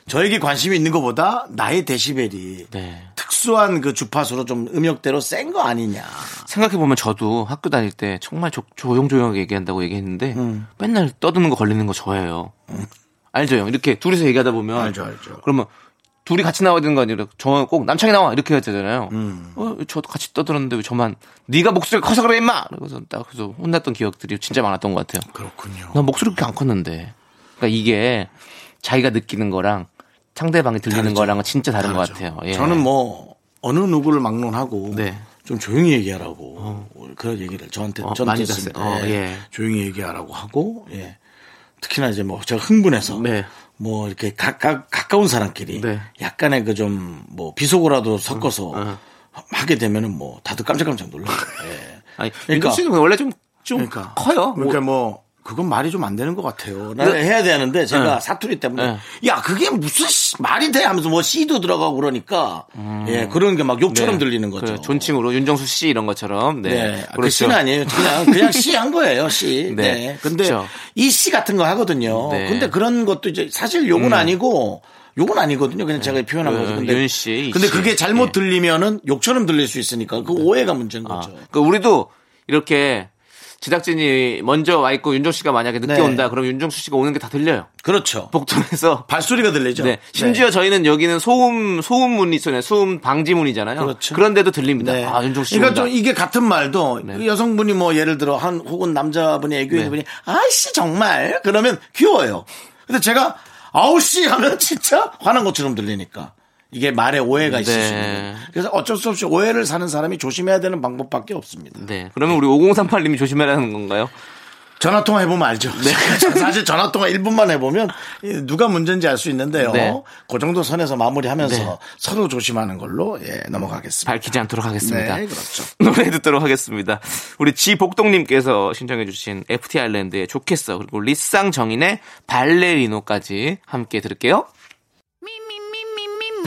Speaker 1: 저에게 관심이 있는 것보다 나의 데시벨이
Speaker 2: 네.
Speaker 1: 특수한 그 주파수로 좀 음역대로 센 거 아니냐.
Speaker 2: 생각해 보면 저도 학교 다닐 때 정말 조, 조용조용하게 얘기한다고 얘기했는데
Speaker 1: 음.
Speaker 2: 맨날 떠드는 거 걸리는 거 저예요. 알죠, 형? 이렇게 둘이서 얘기하다 보면
Speaker 1: 알죠, 알죠.
Speaker 2: 그러면 둘이 같이 나와야 되는 거 아니라 저 꼭 남창이 나와 이렇게 해야 되잖아요.
Speaker 1: 음.
Speaker 2: 어, 저도 같이 떠들었는데 왜 저만 네가 목소리가 커서 그래 임마. 그래서 딱 그래서 혼났던 기억들이 진짜 많았던 것 같아요.
Speaker 1: 그렇군요.
Speaker 2: 난 목소리 그렇게 안 컸는데. 그러니까 이게 자기가 느끼는 거랑 상대방이 들리는
Speaker 1: 다르죠.
Speaker 2: 거랑은 진짜 다른 것 같아요. 예.
Speaker 1: 저는 뭐 어느 누구를 막론하고
Speaker 2: 네.
Speaker 1: 좀 조용히 얘기하라고 뭐 그런 얘기를 저한테
Speaker 2: 어,
Speaker 1: 저는
Speaker 2: 많이
Speaker 1: 듣습니다.
Speaker 2: 들었어요. 어,
Speaker 1: 예.
Speaker 2: 예.
Speaker 1: 조용히 얘기하라고 하고 예. 특히나 이제 뭐 제가 흥분해서
Speaker 2: 네.
Speaker 1: 뭐 이렇게 가까 가까운 사람끼리
Speaker 2: 네.
Speaker 1: 약간의 그 좀 뭐 비속어라도 섞어서 하게 되면은 뭐 다들 깜짝깜짝
Speaker 2: *laughs*
Speaker 1: 놀라요. 예.
Speaker 2: 아니,
Speaker 1: 그러니까-
Speaker 2: 윤정 씨는 원래 좀, 좀
Speaker 1: 그러니까
Speaker 2: 커요.
Speaker 1: 그러니까 뭐 그건 말이 좀 안 되는 것 같아요. 나는 해야 되는데 제가 사투리 때문에 야 그게 무슨 씨- 말이 돼 하면서 뭐 씨도 들어가고 그러니까 예 그런 게 막 욕처럼
Speaker 2: 음. 네.
Speaker 1: 들리는 거죠.
Speaker 2: 그 존칭으로 윤정수 씨 이런 것처럼. 네.
Speaker 1: 네, 그 씨는 아니에요. 그냥 그냥 씨 한 거예요, 씨. 네.
Speaker 2: *laughs* 네.
Speaker 1: 근데
Speaker 2: 그렇죠.
Speaker 1: 이 씨 같은 거 하거든요.
Speaker 2: 네. 음.
Speaker 1: 근데 그런 것도 이제 사실 욕은 아니고 욕은 아니거든요. 그냥 제가 표현한
Speaker 2: 그
Speaker 1: 거죠. 근데,
Speaker 2: 윤 씨, 이
Speaker 1: 근데
Speaker 2: 씨.
Speaker 1: 그게 잘못
Speaker 2: 네.
Speaker 1: 들리면은 욕처럼 들릴 수 있으니까 그 오해가 문제인
Speaker 2: 아,
Speaker 1: 거죠.
Speaker 2: 그러니까 우리도 이렇게 제작진이 먼저 와 있고 윤정 씨가 만약에 늦게
Speaker 1: 네.
Speaker 2: 온다. 그럼 윤정수 씨가 오는 게 다 들려요.
Speaker 1: 그렇죠. *laughs*
Speaker 2: 복도에서.
Speaker 1: 발소리가 들리죠.
Speaker 2: 네. 심지어 저희는 여기는 소음 소음문이 있잖아요. 소음 방지문이잖아요.
Speaker 1: 그렇죠.
Speaker 2: 런데도 들립니다.
Speaker 1: 네.
Speaker 2: 아, 윤정수 씨.
Speaker 1: 그러니까
Speaker 2: 온다.
Speaker 1: 좀 이게 같은 말도
Speaker 2: 네.
Speaker 1: 그 여성분이 뭐 예를 들어 한 혹은 남자분이 애교인
Speaker 2: 네.
Speaker 1: 분이 아씨 정말 그러면 귀여워요. 근데 제가 아우씨 하면 진짜 화난 것처럼 들리니까 이게 말에 오해가
Speaker 2: 네.
Speaker 1: 있으시는 거예요. 그래서 어쩔 수 없이 오해를 사는 사람이 조심해야 되는 방법밖에 없습니다.
Speaker 2: 네. 그러면 우리 5038님이 조심해라는 건가요?
Speaker 1: 전화 통화 해보면 알죠.
Speaker 2: 네.
Speaker 1: *laughs* 사실 전화 통화 1분만 해보면 누가 문제인지 알 수 있는데요.
Speaker 2: 네.
Speaker 1: 그 정도 선에서 마무리하면서
Speaker 2: 네.
Speaker 1: 서로 조심하는 걸로 예, 넘어가겠습니다.
Speaker 2: 밝히지 않도록 하겠습니다.
Speaker 1: 네, 그렇죠.
Speaker 2: 노래 듣도록 하겠습니다. 우리 지복동님께서 신청해주신 FT 아일랜드의 좋겠어. 그리고 리쌍 정인의 발레리노까지 함께 들을게요.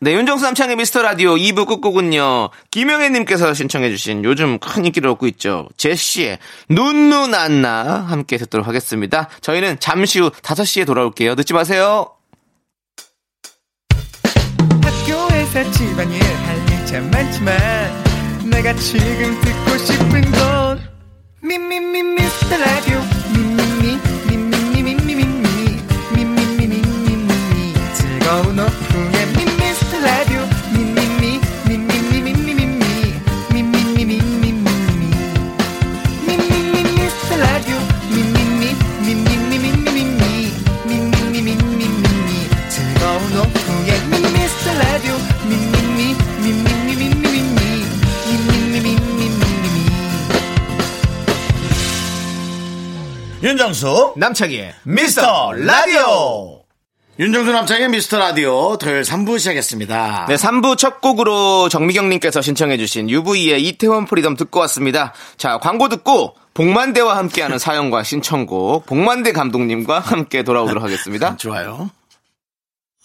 Speaker 2: 네, 윤정수 남창의 미스터 라디오 2부 끝곡은요, 김영애님께서 신청해주신 요즘 큰 인기를 얻고 있죠, 제시의 눈누난나 함께 듣도록 하겠습니다. 저희는 잠시 후 5시에 돌아올게요. 늦지 마세요.
Speaker 7: 학교에서 집안일 할 일 참 많지만 내가 지금 듣고 싶은 건 미미미 미스터 라디오 미미미 미미미 미미미 미미미 미미미 즐거운 오후에 미스터 라디오 미미미 미미미 미미미 미미미 미미미
Speaker 1: 윤정수,
Speaker 2: 남창희의
Speaker 1: 미스터 라디오. 윤정수 남창의 미스터 라디오 토요일 3부 시작했습니다.
Speaker 2: 네, 3부 첫 곡으로 정미경님께서 신청해주신 UV의 이태원 프리덤 듣고 왔습니다. 자, 광고 듣고 복만대와 함께하는 사연과 신청곡, 복만대 감독님과 함께 돌아오도록 하겠습니다.
Speaker 1: 좋아요.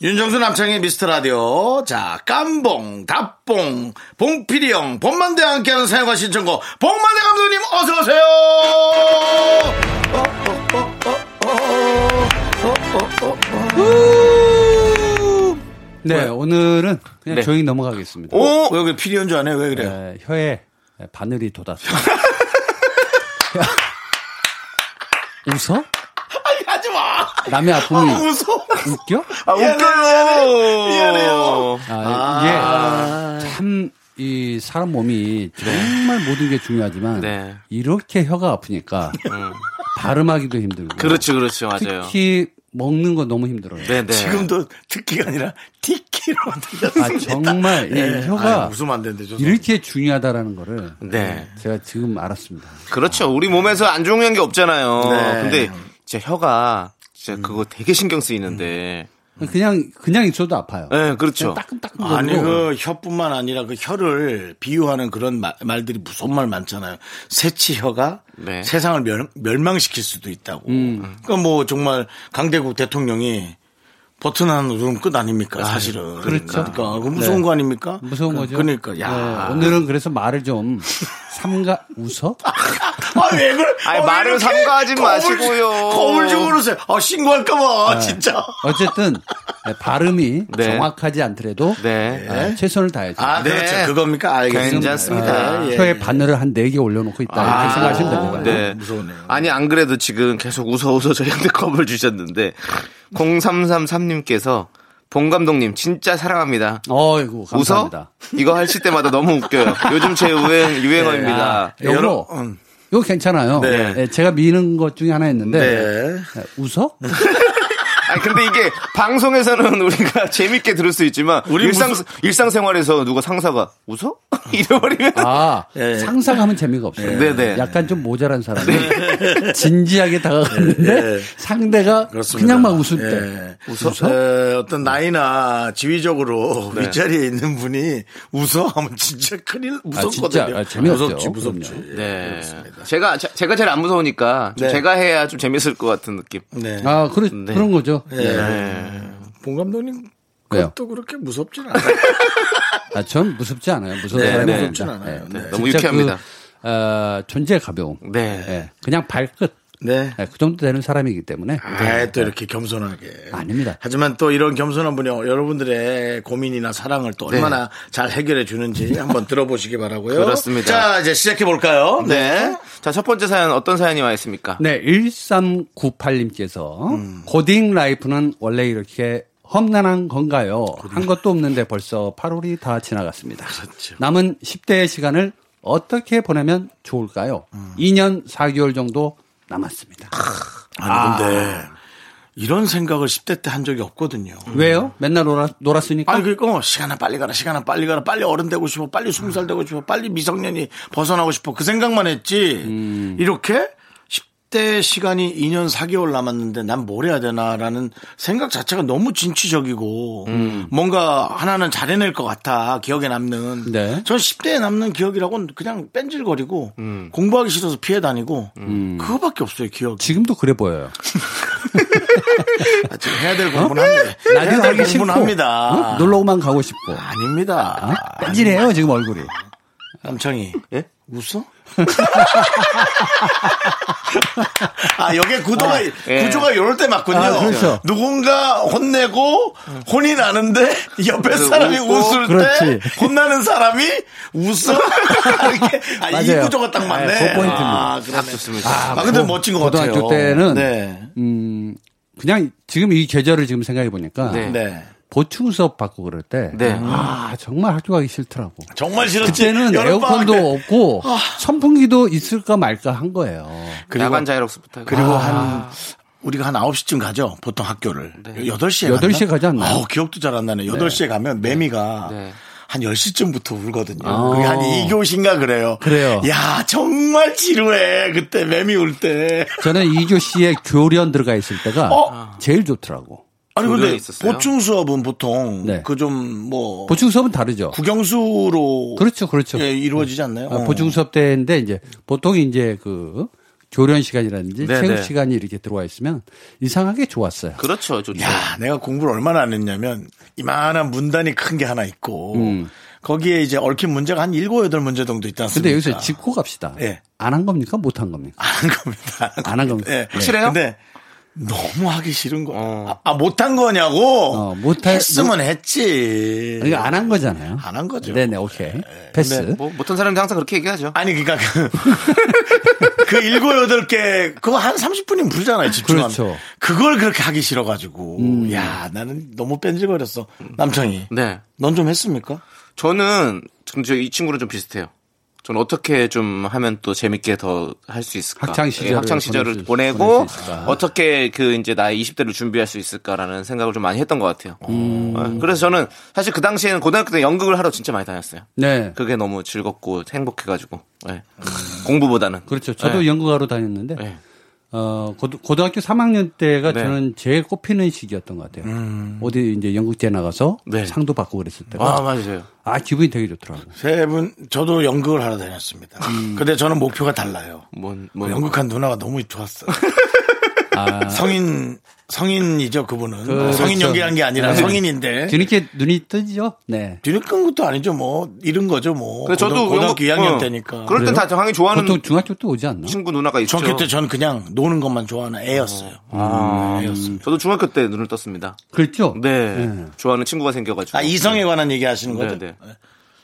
Speaker 1: 윤정수 남창의 미스터 라디오. 자, 깜봉, 답봉, 봉필이 형, 본만대와 함께하는 사연과 신청곡, 봉만대 감독님 어서오세요!
Speaker 8: 네, 오늘은 그냥
Speaker 2: 네.
Speaker 8: 조용히 넘어가겠습니다.
Speaker 1: 오! 왜 그래, 피디인 줄 아네? 왜 그래요?
Speaker 8: 네, 혀에 바늘이 돋았어요. 웃어?
Speaker 1: 아니, 하지 마!
Speaker 8: 남의
Speaker 1: 아,
Speaker 8: 아픔이
Speaker 1: 무서워!
Speaker 8: 웃겨?
Speaker 2: 아, 웃겨요! 미안해요.
Speaker 8: 아, 이게 참 이 사람 몸이 정말 모든 게 중요하지만
Speaker 2: 네.
Speaker 8: 이렇게 혀가 아프니까 발음하기도 힘들고
Speaker 2: 그렇죠, 그렇죠, 맞아요.
Speaker 8: 특히 먹는 거 너무 힘들어요.
Speaker 2: 네네.
Speaker 1: 지금도 특기가 아니라 티키로
Speaker 8: 아
Speaker 1: 들렸습니다.
Speaker 8: 정말 이 혀가
Speaker 1: 아유, 웃으면 안 되는데, 죄송합니다.
Speaker 8: 이렇게 중요하다라는 거를
Speaker 2: 네.
Speaker 8: 제가 지금 알았습니다.
Speaker 2: 그렇죠. 우리 몸에서 안 중요한 게 없잖아요.
Speaker 1: 네.
Speaker 2: 근데 진짜 혀가 진짜
Speaker 8: 음.
Speaker 2: 그거 되게 신경 쓰이는데.
Speaker 8: 그냥 그냥 있어도 아파요.
Speaker 2: 네, 그렇죠.
Speaker 8: 음. 그냥 따끔따끔
Speaker 1: 아니
Speaker 8: 거리고.
Speaker 1: 그 혀뿐만 아니라 그 혀를 비유하는 그런 마- 말들이 무서운 말 많잖아요. 새치혀가
Speaker 2: 네.
Speaker 1: 세상을 멸, 망시킬 수도 있다고.
Speaker 8: 음.
Speaker 1: 그러니까 뭐 정말 강대국 대통령이 버튼 하나 누르면 끝 아닙니까 사실은.
Speaker 8: 그렇죠.
Speaker 1: 그러니까 그거 무서운
Speaker 8: 네.
Speaker 1: 거 아닙니까?
Speaker 8: 무서운 거죠.
Speaker 1: 그러니까 야.
Speaker 8: 네, 오늘은 그래서 말을 좀 삼가 웃어?
Speaker 1: 아 왜 그래?
Speaker 2: 아니,
Speaker 1: 아, 왜
Speaker 2: 말을
Speaker 1: 이렇게
Speaker 2: 삼가하지
Speaker 1: 거울-
Speaker 2: 마시고요.
Speaker 1: 거울 좀 그러세요. 아 신고할까봐
Speaker 8: 네.
Speaker 1: 진짜.
Speaker 8: 어쨌든 네, 발음이
Speaker 2: 네.
Speaker 8: 정확하지 않더라도
Speaker 2: 네.
Speaker 8: 아, 아, 최선을 다해야죠.
Speaker 1: 아
Speaker 2: 네.
Speaker 1: 그렇죠. 그겁니까? 알겠습니다.
Speaker 2: 괜찮습니다. 아,
Speaker 1: 예,
Speaker 8: 혀에
Speaker 1: 예.
Speaker 8: 바늘을 한 네 개 올려놓고 있다 이렇게 생각하시면 됩니다.
Speaker 2: 네. 아니, 안 그래도 지금 계속 웃어 웃어 저희한테 겁을 주셨는데, 0333님께서, 봉 감독님, 진짜 사랑합니다.
Speaker 8: 어이구 감사합니다. 네,
Speaker 2: 웃어? 이거 하실 때마다 너무 웃겨요. 요즘 제
Speaker 8: *laughs*
Speaker 2: 유행, 유행어입니다.
Speaker 8: 아, 여러
Speaker 1: 음.
Speaker 8: 이거 괜찮아요.
Speaker 1: 네.
Speaker 8: 네, 제가 미는 것 중에 하나였는데
Speaker 1: 네.
Speaker 8: 네, 웃어?
Speaker 2: *laughs* 아니, 근데 이게 방송에서는 우리가 *laughs* 재밌게 들을 수 있지만,
Speaker 1: 우리
Speaker 2: 일상,
Speaker 1: 무슨-
Speaker 2: 일상생활에서 누가 상사가 웃어? *laughs* 이래버리면.
Speaker 8: 아
Speaker 1: 예.
Speaker 8: 상상하면 재미가 없어요.
Speaker 2: 네, 네.
Speaker 8: 약간 좀 모자란 사람이 *laughs* 진지하게 다가갔는데 상대가
Speaker 1: 그렇습니다.
Speaker 8: 그냥 막 웃을
Speaker 1: 예.
Speaker 8: 때
Speaker 1: 웃어? 에, 어떤 나이나 지위적으로 윗자리에 있는 분이 웃어? 하면 진짜 큰일 무섭거든요.
Speaker 8: 진짜. 네. 아, 재미없죠.
Speaker 1: 무섭지, 무섭지. 예,
Speaker 2: *laughs* 네.
Speaker 1: 그렇습니다.
Speaker 2: 제가, 제- 제가 제일 안 무서우니까, 좀
Speaker 1: 네.
Speaker 2: 제가 해야 좀 재밌을 것 같은 느낌.
Speaker 1: 네.
Speaker 8: 아 그래 그런 거죠. 네.
Speaker 1: 예. 봉 감독님
Speaker 8: 왜요?
Speaker 1: 또 그렇게 무섭진 않아요.
Speaker 8: 아, 전 무섭지 않아요. 무서운
Speaker 2: 네,
Speaker 8: 사람이
Speaker 2: 네.
Speaker 8: 무섭지
Speaker 1: 무섭진 않아요. 네.
Speaker 2: 너무 유쾌합니다.
Speaker 8: 그, 어, 존재 가벼움.
Speaker 2: 네.
Speaker 8: 예, 그냥 발끝
Speaker 1: 네.
Speaker 8: *laughs* 네, 그 정도 되는 사람이기 때문에
Speaker 1: 아, 또 이렇게 겸손하게.
Speaker 8: 아닙니다.
Speaker 1: 하지만 또 이런 겸손한 분이 여러분들의 고민이나 사랑을
Speaker 8: 네.
Speaker 1: 또 얼마나 잘 해결해 주는지 한번 들어보시기 바라고요.
Speaker 2: 그렇습니다.
Speaker 1: 자, 이제 시작해 볼까요?
Speaker 2: 네. 자, 첫 번째 사연 어떤 사연이 와 있습니까?
Speaker 8: 네, 1398님께서
Speaker 1: 음.
Speaker 8: 고딩 라이프는 원래 이렇게 험난한 건가요? 한 것도 없는데 벌써 8월이 다 지나갔습니다.
Speaker 1: 그렇죠.
Speaker 8: 남은 10대의 시간을 어떻게 보내면 좋을까요? 2년 4개월 정도 남았습니다.
Speaker 1: 음. 아니 근데 이런 생각을 10대 때 한 적이 없거든요.
Speaker 8: 왜요? 맨날 놀았, 놀았으니까?
Speaker 1: 아니 그니까 시간아 빨리 가라 시간아 빨리 가라 빨리 어른 되고 싶어 빨리 스무 살 되고 싶어 빨리 미성년이 벗어나고 싶어 그 생각만 했지 이렇게 10대 시간이 2년 4개월 남았는데 난 뭘 해야 되나라는 생각 자체가 너무 진취적이고 뭔가 하나는 잘해낼 것 같아 기억에 남는
Speaker 8: 네.
Speaker 1: 전 10대에 남는 기억이라고는 그냥 뺀질거리고 공부하기 싫어서 피해 다니고 그거밖에 없어요 기억이
Speaker 8: 지금도 그래 보여요.
Speaker 1: 아, 지금 해야 될 공부는
Speaker 8: 어? 네,
Speaker 1: 합니다 해야
Speaker 8: 라디오
Speaker 1: 될
Speaker 8: 하기 싫고
Speaker 1: 공부는 합니다
Speaker 8: 어? 놀러만 가고 싶고
Speaker 1: 네, 아닙니다
Speaker 8: 뺀질해요 지금 얼굴이.
Speaker 1: 남창이
Speaker 2: 예?
Speaker 1: 웃어? *laughs* 아, 여기에 구도가,
Speaker 2: 예.
Speaker 1: 구조가 이럴 때 맞군요.
Speaker 8: 아, 그렇죠.
Speaker 1: 누군가 혼내고 혼이 나는데 옆에
Speaker 2: 그래서
Speaker 1: 사람이
Speaker 2: 웃고,
Speaker 1: 웃을 때
Speaker 8: 그렇지.
Speaker 1: 혼나는 사람이
Speaker 8: *laughs*
Speaker 1: 웃어? 이렇게. 아, 이
Speaker 8: 맞아요.
Speaker 1: 구조가 딱 맞네.
Speaker 8: 아, 그 포인트입니다.
Speaker 1: 아,
Speaker 2: 딱
Speaker 1: 그러네.
Speaker 2: 좋습니다.
Speaker 1: 아, 근데 멋진 것 같아요.
Speaker 8: 고등학교 때는
Speaker 1: 네.
Speaker 8: 음, 그냥 지금 이 계절을 지금 생각해 보니까
Speaker 2: 네.
Speaker 1: 네.
Speaker 8: 보충 수업 받고 그럴 때,
Speaker 2: 네.
Speaker 1: 음.
Speaker 8: 아 정말 학교 가기 싫더라고.
Speaker 1: 정말 싫었지.
Speaker 8: 그때는
Speaker 1: 여름방학
Speaker 8: 에어컨도
Speaker 1: 때. 아.
Speaker 8: 없고 선풍기도 있을까 말까 한 거예요.
Speaker 2: 야간 아, 자율학습부터.
Speaker 1: 그리고
Speaker 8: 아.
Speaker 1: 한 우리가 한 9시쯤 가죠. 보통 학교를. 8시에
Speaker 8: 네. 8시 에 가지 않나요?
Speaker 1: 아우, 기억도 잘 안 나네. 8시에 가면 매미가
Speaker 2: 네.
Speaker 1: 한 10시쯤부터 울거든요.
Speaker 8: 아.
Speaker 1: 그게 한 2교시인가 그래요.
Speaker 8: 그래요.
Speaker 1: 야, 정말 지루해. 그때 매미 울
Speaker 8: *laughs*
Speaker 1: 때.
Speaker 8: 저는 이교 씨의 교련 들어가 있을 때가
Speaker 1: 어?
Speaker 8: 제일 좋더라고.
Speaker 1: 아니 근데
Speaker 2: 교련이 있었어요?
Speaker 1: 보충 수업은 보통
Speaker 8: 네.
Speaker 1: 그 좀 뭐
Speaker 8: 보충 수업은 다르죠.
Speaker 1: 국영수로
Speaker 8: 그렇죠, 그렇죠.
Speaker 1: 예, 이루어지지 않나요?
Speaker 8: 아, 보충 수업 때인데 이제 보통 이제 그 교련 시간이라든지
Speaker 2: 네,
Speaker 8: 체육
Speaker 2: 네.
Speaker 8: 시간이 이렇게 들어와 있으면 이상하게 좋았어요.
Speaker 2: 그렇죠. 좋죠.
Speaker 1: 야, 내가 공부를 얼마나 안 했냐면 이만한 문단이 큰 게 하나 있고 거기에 이제 얽힌 문제가 한 일곱 여덟 문제 정도 있지 않습니까?
Speaker 8: 음. 근데 여기서 짚고 갑시다.
Speaker 1: 예. 아,
Speaker 8: 안 한 겁니까? 못 한 겁니까?
Speaker 1: 안 한 겁니다.
Speaker 8: 안 한 네. 겁니까?
Speaker 1: 예.
Speaker 2: 확실해요?
Speaker 1: 근데 너무 하기 싫은 거. 아, 아, 못한 거냐고?
Speaker 8: 어, 못할-
Speaker 1: 했으면 했지.
Speaker 8: 이거 그러니까 안 한 거잖아요.
Speaker 1: 예. 안한 거죠. 예.
Speaker 8: 네네, 오케이. 패스.
Speaker 1: 근데
Speaker 2: 뭐 못한 사람들 항상 그렇게 얘기하죠.
Speaker 1: 아니, 그니까 *laughs* 그, 그 일곱, 여덟 개, 그거 한 30분이면 부르잖아요, 집중하면.
Speaker 8: 그렇죠. 음.
Speaker 1: 그걸 그렇게 하기 싫어가지고. 야 나는 너무 뺀질거렸어. 남청이.
Speaker 2: 네.
Speaker 1: 넌 좀 했습니까?
Speaker 2: 저는 지금 저 이 친구랑 좀 비슷해요. 저는 어떻게 좀 하면 또 재밌게 더 할 수 있을까?
Speaker 8: 학창 시절을
Speaker 2: 예, 학창 시절을
Speaker 8: 보낼
Speaker 2: 보내고
Speaker 8: 수- 보낼 수 있을까?
Speaker 2: 어떻게 그 이제 나의 20대를 준비할 수 있을까라는 생각을 좀 많이 했던 것 같아요.
Speaker 8: 음.
Speaker 2: 어, 그래서 저는 사실 그 당시에는 고등학교 때 연극을 하러 진짜 많이 다녔어요.
Speaker 8: 네.
Speaker 2: 그게 너무 즐겁고 행복해가지고 예. 공부보다는
Speaker 8: 음. 그렇죠. 저도
Speaker 2: 예.
Speaker 8: 연구하러 다녔는데
Speaker 2: 예.
Speaker 8: 어 고등, 학교 3학년 때가
Speaker 2: 네.
Speaker 8: 저는 제일 꼽히는 시기였던 것 같아요.
Speaker 1: 음.
Speaker 8: 어디 이제 연극제 나가서
Speaker 2: 네.
Speaker 8: 상도 받고 그랬을 때가
Speaker 2: 아 맞아요.
Speaker 8: 아 기분이 되게 좋더라고요.
Speaker 1: 세 분, 저도 연극을 하러 다녔습니다.
Speaker 8: 음.
Speaker 1: 근데 저는 목표가 달라요.
Speaker 2: 뭔,
Speaker 1: 뭐
Speaker 2: 뭔
Speaker 1: 연극한 누나가 너무 좋았어. 성인 성인이죠 그분은 아, 뭐 성인
Speaker 8: 그렇죠.
Speaker 1: 연기한 게 아니라
Speaker 8: 네.
Speaker 1: 성인인데
Speaker 8: 뒤늦게 눈이 뜨죠. 네.
Speaker 1: 뒤늦은 것도 아니죠 뭐 잃은 거죠 뭐
Speaker 2: 근데 저도
Speaker 1: 고등, 고등학교
Speaker 2: 연극-
Speaker 1: 2학년
Speaker 2: 어.
Speaker 1: 때니까
Speaker 2: 그럴 땐다 당연히 좋아하는
Speaker 8: 보통 중학교 때 오지 않나?
Speaker 2: 친구 누나가 있죠.
Speaker 1: 중학교 때 저는 그냥 노는 것만 좋아하는 애였어요 음, 애였습니다
Speaker 2: 저도 중학교 때 눈을 떴습니다.
Speaker 8: 그렇죠.
Speaker 2: 네. 좋아하는 친구가 생겨가지고.
Speaker 1: 아 이성에 관한 얘기 하시는 거죠
Speaker 2: 네, 네.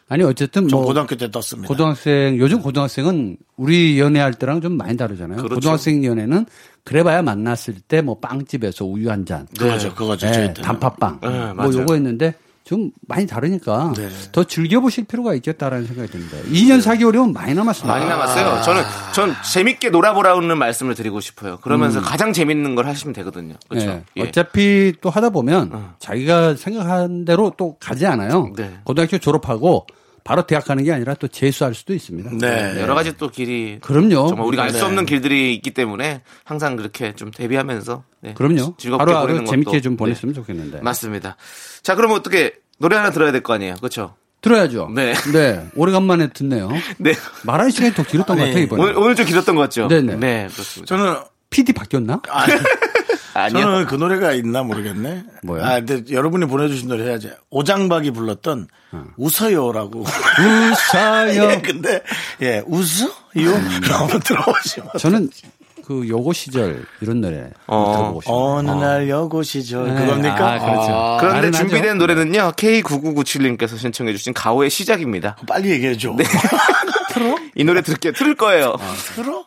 Speaker 8: 아니 어쨌든
Speaker 1: 전
Speaker 8: 뭐
Speaker 1: 고등학교 때 떴습니다
Speaker 8: 고등학생 요즘 고등학생은 우리 연애할 때랑 좀 많이 다르잖아요.
Speaker 2: 그렇죠.
Speaker 8: 고등학생 연애는 그래봐야 만났을 때 뭐 빵집에서 우유 한 잔,
Speaker 1: 그거죠 그거죠 저희
Speaker 8: 예,
Speaker 1: 때는.
Speaker 8: 단팥빵
Speaker 2: 네,
Speaker 8: 뭐
Speaker 2: 맞아요. 네.
Speaker 8: 요거 했는데 좀 많이 다르니까 더 즐겨보실 필요가 있겠다라는 생각이 듭니다. 2년 4개월이면 많이 남았습니다.
Speaker 2: 많이 남았어요. 저는 전 재밌게 놀아보라는 말씀을 드리고 싶어요. 그러면서 가장 재밌는 걸 하시면 되거든요. 그렇죠.
Speaker 8: 예,
Speaker 2: 예.
Speaker 8: 음. 어차피 또 하다 보면 자기가 생각한 대로 또 가지 않아요.
Speaker 2: 네.
Speaker 8: 고등학교 졸업하고 바로 대학 가는 게 아니라 또 재수할 수도 있습니다.
Speaker 1: 네.
Speaker 2: 여러 가지 또 길이
Speaker 8: 그럼요.
Speaker 2: 정말 우리가 알 수
Speaker 1: 네.
Speaker 2: 없는 길들이 있기 때문에 항상 그렇게 좀 대비하면서 네.
Speaker 8: 그럼요.
Speaker 2: 즐겁게 보내는
Speaker 8: 하루하루
Speaker 2: 것도.
Speaker 8: 재밌게 좀
Speaker 2: 네.
Speaker 8: 보냈으면 좋겠는데.
Speaker 2: 맞습니다. 자, 그럼 어떻게 노래 하나 들어야 될 거 아니에요. 그렇죠?
Speaker 8: 들어야죠.
Speaker 2: 네.
Speaker 8: 오래간만에 듣네요.
Speaker 2: 네.
Speaker 8: 말하는 시간이 더 길었던 것 같아요, 이번에.
Speaker 2: 오늘, 오늘 좀 길었던 것 같죠?
Speaker 8: 네네.
Speaker 2: 네, 그렇습니다.
Speaker 1: 저는
Speaker 8: PD 바뀌었나?
Speaker 1: 아,
Speaker 2: 아니요.
Speaker 1: 저는 그 노래가 있나 모르겠네
Speaker 8: 뭐야?
Speaker 1: 아 근데 여러분이 보내주신 노래 해야지 오장박이 불렀던 웃어요라고
Speaker 8: 웃어요.
Speaker 1: *laughs*
Speaker 8: 예.
Speaker 1: 그렇죠.
Speaker 8: 아,
Speaker 1: 예, 근데 예 웃어 이요 한번 들어보시면
Speaker 8: 저는 그 요고 시절 이런 노래
Speaker 2: 어.
Speaker 8: 한번 들어보고 싶어요.
Speaker 1: 어느 날 여고 시절 그겁니까?
Speaker 8: 아, 그렇죠.
Speaker 1: 아,
Speaker 2: 그런데
Speaker 8: 나른하죠? 네.
Speaker 2: 준비된 노래는요. K9997님께서 신청해주신 가오의 시작입니다.
Speaker 1: 어, 빨리 얘기해 줘. 아, 틀어?
Speaker 2: 이 노래 들을게요. 틀을 거예요.
Speaker 8: 아,
Speaker 1: *laughs* 틀어?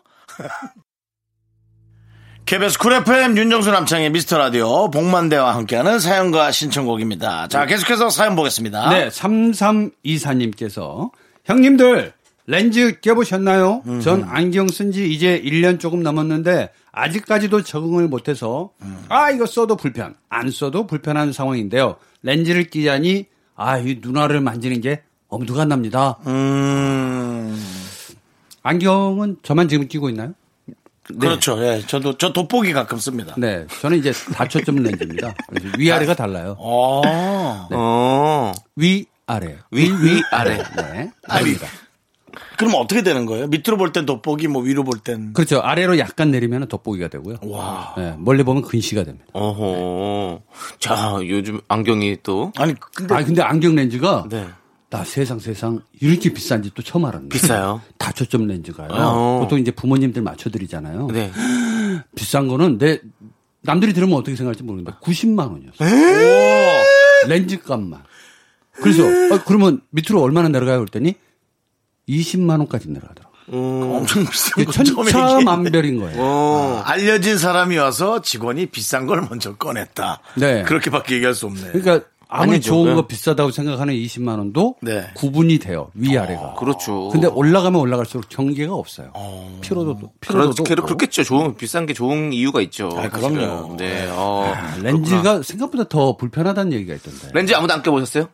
Speaker 1: KBS 쿨 FM 윤정수 남창의 미스터 라디오 복만대와 함께하는 사연과 신청곡입니다. 자 계속해서 사연 보겠습니다.
Speaker 8: 네, 3324님께서 형님들 렌즈 껴보셨나요? 전 안경 쓴 지 이제 1년 조금 넘었는데 아직까지도 적응을 못해서 아 이거 써도 불편, 안 써도 불편한 상황인데요. 렌즈를 끼자니 아 이 눈알을 만지는 게 엄두가 안 납니다.
Speaker 1: 음,
Speaker 8: 안경은 저만 지금 끼고 있나요?
Speaker 1: 그렇죠. 예, 저도 저 돋보기 가끔 씁니다.
Speaker 8: 네, 저는 이제 다초점 렌즈입니다. 그래서 위아래가 달라요.
Speaker 1: 어.
Speaker 2: 어.
Speaker 8: 위 아래,
Speaker 2: 위, 위, 아래.
Speaker 8: 네,
Speaker 1: 아니,
Speaker 8: 다릅니다.
Speaker 1: 그럼 어떻게 되는 거예요? 밑으로 볼 땐 돋보기, 뭐 위로 볼 땐.
Speaker 8: 그렇죠. 아래로 약간 내리면 돋보기가 되고요.
Speaker 1: 와.
Speaker 8: 네, 멀리 보면 근시가 됩니다.
Speaker 2: 어허. 자, 요즘 안경이 또.
Speaker 1: 아니, 근데
Speaker 8: 아 근데 안경 렌즈가
Speaker 2: 네.
Speaker 8: 나 세상 세상 이렇게 비싼지 또 처음 알았네.
Speaker 2: 비싸요.
Speaker 8: *laughs* 다초점 렌즈가요.
Speaker 2: 어.
Speaker 8: 보통 이제 부모님들 맞춰드리잖아요.
Speaker 2: 네.
Speaker 8: *gasps* 비싼 거는 내 남들이 들으면 어떻게 생각할지 모르는데 90만 원이었어요. 렌즈 값만. 그래서 어, 그러면 밑으로 얼마나 내려가요? 그랬더니 20만 원까지 내려가더라고.
Speaker 1: *laughs* 엄청 비싼 거 처음에 얘기했는데.
Speaker 8: 천차만별인 거예요.
Speaker 2: 어.
Speaker 1: 알려진 사람이 와서 직원이 비싼 걸 먼저 꺼냈다.
Speaker 8: 네.
Speaker 1: 그렇게밖에 얘기할 수 없네.
Speaker 8: 그러니까 아무리
Speaker 2: 아니죠.
Speaker 8: 좋은
Speaker 2: 네.
Speaker 8: 거 비싸다고 생각하는 20만 원도
Speaker 1: 네.
Speaker 8: 구분이 돼요. 위아래가.
Speaker 2: 그렇죠.
Speaker 8: 근데 올라가면 올라갈수록 경계가 없어요. 피로도도 피로도도
Speaker 2: 그렇게
Speaker 8: 없고.
Speaker 2: 그렇겠죠. 좋은 비싼 게 좋은 이유가 있죠.
Speaker 1: 아,
Speaker 2: 사실은.
Speaker 1: 그럼요.
Speaker 2: 네. 어.
Speaker 8: 렌즈가 생각보다 더 불편하다는 얘기가 있던데.
Speaker 2: 렌즈 아무도 안 껴보셨어요?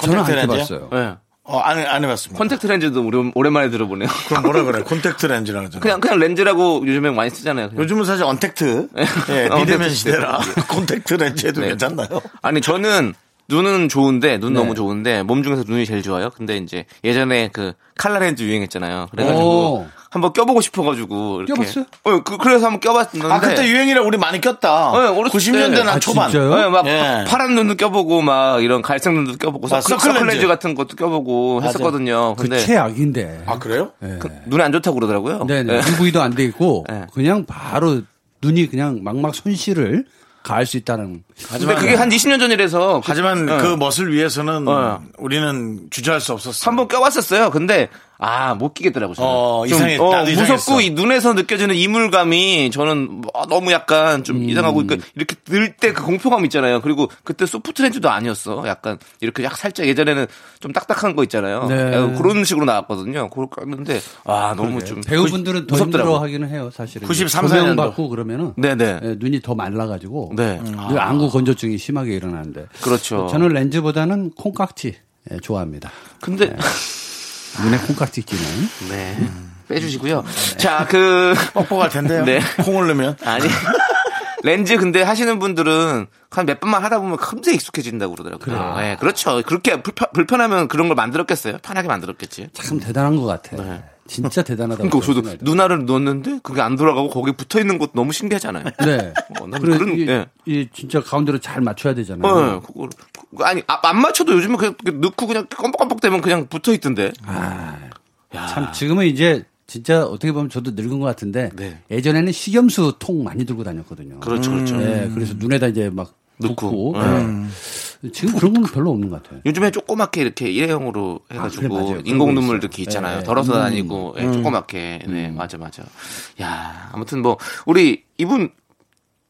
Speaker 8: 저는 안
Speaker 1: 렌즈요?
Speaker 8: 해봤어요.
Speaker 2: 네.
Speaker 1: 어, 안, 해- 안 해봤습니다.
Speaker 2: 컨택트 렌즈도 오래- 오랜만에 들어보네요. *laughs*
Speaker 1: 그럼 뭐라 그래? 콘택트 렌즈라 그러잖아.
Speaker 2: 그냥 그냥 렌즈라고 요즘에 많이 쓰잖아요. 그냥.
Speaker 1: 요즘은 사실 언택트. 예,
Speaker 2: 네. 언택트 네.
Speaker 1: 비대면
Speaker 2: 시대.
Speaker 1: 시대라. *laughs* 콘택트 렌즈 해도 괜찮나요?
Speaker 2: 아니 저는 눈은 좋은데 눈 너무 좋은데 몸 중에서 눈이 제일 좋아요. 근데 이제 예전에 그 칼라 렌즈 유행했잖아요. 그래가지고
Speaker 8: 오.
Speaker 2: 한번 껴보고 싶어가지고 이렇게.
Speaker 8: 껴봤어요?
Speaker 2: 어, 그, 래서 한번 껴봤는데.
Speaker 1: 아, 그때 유행이라 우리 많이 꼈다.
Speaker 2: 네, 어렸을
Speaker 1: 90년대
Speaker 2: 때.
Speaker 1: 난
Speaker 8: 아,
Speaker 1: 초반.
Speaker 8: 진짜요?
Speaker 2: 네, 막
Speaker 1: 예.
Speaker 2: 파란 눈도 껴보고 막 이런 갈색 눈도 껴보고
Speaker 1: 아, 서클
Speaker 2: 서클, 서클 렌즈
Speaker 1: 렌즈
Speaker 2: 같은 것도 껴보고 했었거든요.
Speaker 8: 그
Speaker 2: 근데
Speaker 8: 최악인데.
Speaker 1: 아, 그래요?
Speaker 2: 네. 눈에 안 좋다고 그러더라고요.
Speaker 8: 네네.
Speaker 2: 네.
Speaker 8: UV도 안 돼 있고
Speaker 2: *laughs* 네.
Speaker 8: 그냥 바로 눈이 그냥 막막 손실을 가할 수 있다는.
Speaker 2: 근데 그게 한 20년 전이라서 그-
Speaker 1: 하지만
Speaker 2: 네.
Speaker 1: 그 멋을 위해서는
Speaker 2: 어.
Speaker 1: 우리는 주저할 수 없었어.
Speaker 2: 한번 껴봤었어요. 근데 아 못 끼겠더라고요. 저는.
Speaker 1: 어,
Speaker 2: 좀,
Speaker 1: 이상해.
Speaker 2: 어,
Speaker 1: 나도 이상했어.
Speaker 2: 무섭고 이 눈에서 느껴지는 이물감이 저는 뭐 너무 약간 좀 이상하고 그러니까 이렇게 들 때 그 공포감 있잖아요. 그리고 그때 소프트 렌즈도 아니었어. 약간 이렇게 약 살짝 예전에는 좀 딱딱한 거 있잖아요.
Speaker 8: 네.
Speaker 2: 야, 그런 식으로 나왔거든요. 그걸 깠는데 아 너무 좀
Speaker 8: 배우분들은 더
Speaker 2: 무섭더라고요.
Speaker 8: 힘들어하기는 해요, 사실은.
Speaker 1: 93,
Speaker 8: 조명
Speaker 1: 4년도.
Speaker 8: 받고 그러면은
Speaker 2: 네네.
Speaker 8: 예, 눈이 더 말라가지고
Speaker 2: 네.
Speaker 8: 음. 안구 건조증이 심하게 일어나는데.
Speaker 2: 그렇죠.
Speaker 8: 저는 렌즈보다는 콩깍지 예, 좋아합니다.
Speaker 2: 근데
Speaker 8: 눈에 콩깍지 끼는.
Speaker 2: 네. 빼주시고요. 자, 그
Speaker 1: 뻑뻑할 텐데요.
Speaker 2: 네.
Speaker 1: 콩을 넣으면.
Speaker 2: 아니 렌즈 근데 하시는 분들은 한 몇 번만 하다 보면 금세 익숙해진다고 그러더라고요.
Speaker 8: 그래요.
Speaker 2: 예, 그렇죠. 그렇게 불편, 하면 그런 걸 만들었겠어요. 편하게 만들었겠지.
Speaker 8: 참 대단한 것 같아. 요 진짜 대단하다고.
Speaker 2: 네. 그러니까 저도
Speaker 8: 생각이 들어요.
Speaker 2: 누나를 넣었는데 그게 안 돌아가고 거기에 붙어 있는 것도 너무 신기하잖아요.
Speaker 8: 네.
Speaker 2: 어, 난
Speaker 8: 그래,
Speaker 2: 그런-
Speaker 8: 이,
Speaker 2: 예.
Speaker 8: 이 진짜 가운데로 잘 맞춰야 되잖아요.
Speaker 2: *laughs* 어, 그거 그거 아니 아, 안 맞춰도 요즘은 그냥 이렇게 넣고 그냥 껌뻑껌뻑 되면 그냥 붙어 있던데. 네.
Speaker 8: 참 지금은 이제 진짜 어떻게 보면 저도 늙은 것 같은데
Speaker 2: 네.
Speaker 8: 예전에는 식염수 통 많이 들고 다녔거든요.
Speaker 2: 그렇죠, 그렇죠.
Speaker 8: 예, 그래서 눈에다 이제 막
Speaker 2: 넣고. 네. 음,
Speaker 8: 넣고. 예. 지금 그런 건 별로 없는 것 같아요.
Speaker 2: 요즘에 조그맣게 이렇게 일회용으로
Speaker 8: 그래,
Speaker 2: 해가지고
Speaker 8: 맞아요. 그런
Speaker 2: 인공
Speaker 8: 거
Speaker 2: 눈물
Speaker 8: 있어요.
Speaker 2: 이렇게 있잖아요.
Speaker 8: 예,
Speaker 2: 덜어서
Speaker 8: 음.
Speaker 2: 다니고 예, 조그맣게 네 맞아 맞아. 야 아무튼 뭐 우리 이분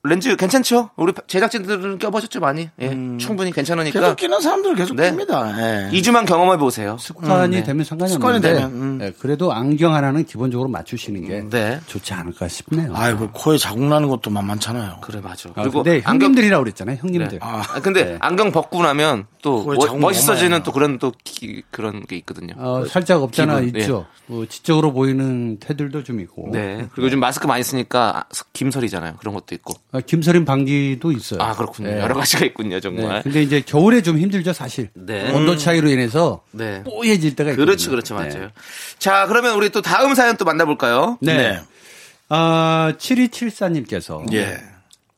Speaker 2: 렌즈 괜찮죠? 우리 제작진들은 껴보셨죠 많이? 예
Speaker 8: 음.
Speaker 2: 충분히 괜찮으니까
Speaker 1: 계속 끼는 사람들 계속
Speaker 2: 네.
Speaker 1: 깁니다. 예.
Speaker 2: 이주만 경험해 보세요.
Speaker 8: 습관이
Speaker 2: 네.
Speaker 8: 되면 상관이
Speaker 1: 습관이
Speaker 8: 없는데
Speaker 1: 되면, 음.
Speaker 8: 예, 그래도 안경 하나는 기본적으로 맞추시는 게
Speaker 2: 네.
Speaker 8: 좋지 않을까 싶네요.
Speaker 1: 아이고, 코에 자국 나는 것도
Speaker 2: *laughs*
Speaker 1: 만만찮아요.
Speaker 2: 그래 맞아.
Speaker 8: 아,
Speaker 2: 그리고
Speaker 8: 근데
Speaker 2: 안경
Speaker 8: 형님들이라고 그랬잖아요.
Speaker 2: 네.
Speaker 8: 형님들.
Speaker 2: 아, 근데 안경 벗고 나면 또
Speaker 1: 그거에
Speaker 2: 멋-
Speaker 1: 자국
Speaker 2: 멋있어지는
Speaker 1: 너무
Speaker 2: 또 그런 또 기- 그런 게 있거든요.
Speaker 8: 어, 살짝 없잖아
Speaker 2: 기분,
Speaker 8: 있죠. 어, 지적으로 보이는 태들도 좀 있고.
Speaker 2: 네. 그리고 요즘 마스크 많이 쓰니까 김설이잖아요. 그런 것도 있고.
Speaker 8: 아, 김서림 방귀도 있어요.
Speaker 2: 아 그렇군요.
Speaker 8: 예.
Speaker 2: 여러 가지가 있군요
Speaker 8: 네,
Speaker 2: 정말.
Speaker 8: 근데 이제 겨울에 좀 힘들죠 사실.
Speaker 2: 네.
Speaker 8: 온도 차이로 인해서
Speaker 2: 네.
Speaker 8: 뽀얘질 때가 있거든요.
Speaker 2: 그렇죠, 그렇죠, 맞아요.
Speaker 8: 네.
Speaker 2: 자, 그러면 우리 또 다음 사연 또 만나볼까요?
Speaker 8: 네.
Speaker 1: 네.
Speaker 8: 아, 7274님께서
Speaker 1: 예.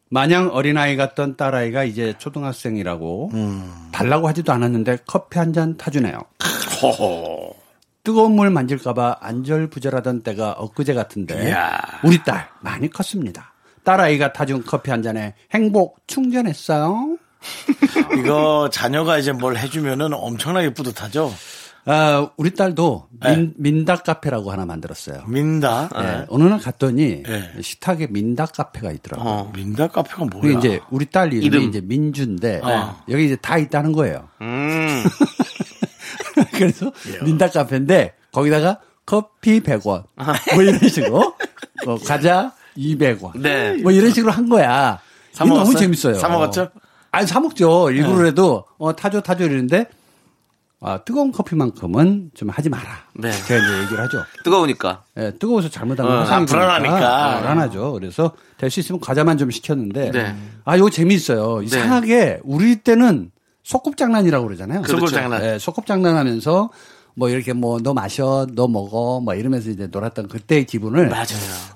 Speaker 8: 마냥 어린아이 같던 딸아이가 이제 초등학생이라고 달라고 하지도 않았는데 커피 한 잔 타주네요.
Speaker 1: 허허.
Speaker 8: 뜨거운 물 만질까봐 안절부절하던 때가 엊그제 같은데 우리 딸 많이 컸습니다. 딸아이가 타준 커피 한 잔에 행복 충전했어요.
Speaker 1: 이거 자녀가 이제 뭘 해주면은 엄청나게 뿌듯하죠.
Speaker 8: 아, 우리 딸도
Speaker 1: 네.
Speaker 8: 민, 민닭 카페라고 하나 만들었어요.
Speaker 1: 민다.
Speaker 8: 예, 어느 날 갔더니
Speaker 1: 네.
Speaker 8: 식탁에 민닭 카페가 있더라고요.
Speaker 2: 어.
Speaker 1: 민다 카페가 뭐야? 어.
Speaker 8: 그게 이제 우리 딸 이름이
Speaker 2: 이름.
Speaker 8: 이제 민주인데 여기 이제 다 있다는 거예요.
Speaker 2: 음.
Speaker 8: *laughs* 그래서
Speaker 1: 예.
Speaker 8: 민닭 카페인데 거기다가 커피 100원
Speaker 1: 아.
Speaker 8: 뭐 이런 식으로 뭐 과자 200원
Speaker 2: 네.
Speaker 8: 뭐 이런 식으로 한 거야.
Speaker 1: 사
Speaker 8: 이게 너무
Speaker 1: 먹었어요?
Speaker 8: 재밌어요.
Speaker 1: 사 먹었죠? 네.
Speaker 8: 아니 사 먹죠. 일부러 해도 어, 타줘 타줘 이러는데 아, 뜨거운 커피만큼은 좀 하지 마라.
Speaker 2: 네.
Speaker 8: 제가 이제 얘기를 하죠.
Speaker 2: 뜨거우니까.
Speaker 8: 예, 뜨거워서 잘못하면
Speaker 2: 어,
Speaker 8: 화상이 그러니까.
Speaker 1: 아, 불안하니까.
Speaker 8: 되니까 불안하죠. 그래서 될 수 있으면 과자만 좀 시켰는데
Speaker 2: 네.
Speaker 8: 아 요거 재미있어요. 이상하게 우리 때는 소꿉장난이라고 그러잖아요.
Speaker 1: 소꿉장난.
Speaker 8: 예, 소꿉장난하면서 뭐 이렇게 뭐 너 마셔, 너 먹어, 뭐 이러면서 이제 놀았던 그때의 기분을
Speaker 2: 맞아요.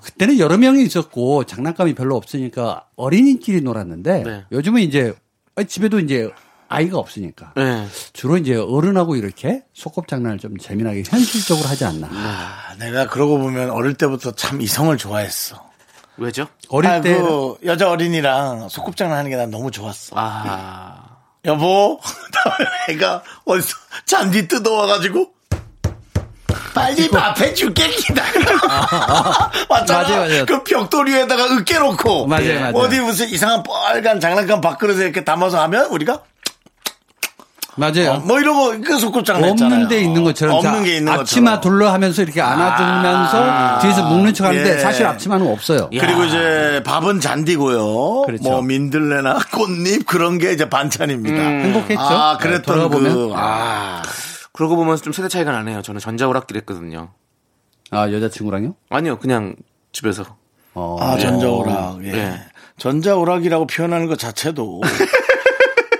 Speaker 8: 그때는 여러 명이 있었고 장난감이 별로 없으니까 어린이끼리 놀았는데
Speaker 2: 네.
Speaker 8: 요즘은 이제 어, 집에도 이제 아이가 없으니까
Speaker 2: 네.
Speaker 8: 주로 이제 어른하고 이렇게 소꿉장난을 좀 재미나게 현실적으로 하지 않나.
Speaker 1: 아, 내가 그러고 보면 어릴 때부터 참 이성을 좋아했어.
Speaker 2: 왜죠?
Speaker 8: 어릴
Speaker 1: 아,
Speaker 8: 때
Speaker 1: 그 여자 어린이랑 소꿉장난 하는 게 난 너무 좋았어.
Speaker 2: 아.
Speaker 1: 여보, *laughs* 애가 어디서 잔디 뜯어와가지고 빨리 밥 해줄게
Speaker 8: *laughs*
Speaker 1: 기다려. 맞잖아.
Speaker 8: 맞아요, 맞아요.
Speaker 1: 그 벽돌 위에다가 으깨놓고 예.
Speaker 8: 맞아요, 맞아요.
Speaker 1: 어디 무슨 이상한 빨간 장난감 밥그릇에 이렇게 담아서 하면 우리가
Speaker 8: 맞아요.
Speaker 1: 어, 뭐 이러고 그 소꿉장난 했잖아요.
Speaker 8: 네. 없는 데 있는 것처럼
Speaker 1: 없는
Speaker 8: 자,
Speaker 1: 게 있는 것처럼.
Speaker 8: 앞치마
Speaker 1: 아,
Speaker 8: 둘러 하면서 이렇게 안아주면서 뒤에서 묶는 척 하는데
Speaker 1: 예. 음.
Speaker 8: 사실 앞치마는 없어요.
Speaker 1: 그리고 이제 밥은 잔디고요.
Speaker 8: 그렇죠.
Speaker 1: 뭐 민들레나 꽃잎 그런 게 이제 반찬입니다.
Speaker 8: 행복했죠.
Speaker 1: 아,
Speaker 8: 네,
Speaker 1: 그랬던
Speaker 8: 음. 돌아가
Speaker 1: 그
Speaker 8: 보면.
Speaker 1: 아,
Speaker 2: 그러고 보면 좀 세대 차이가 나네요. 저는 전자오락기 했거든요.
Speaker 8: 아 여자친구랑요?
Speaker 2: 아니요, 그냥 집에서.
Speaker 8: 어.
Speaker 1: 아, 전자오락. 예.
Speaker 2: 예.
Speaker 1: 전자오락이라고 표현하는 것 자체도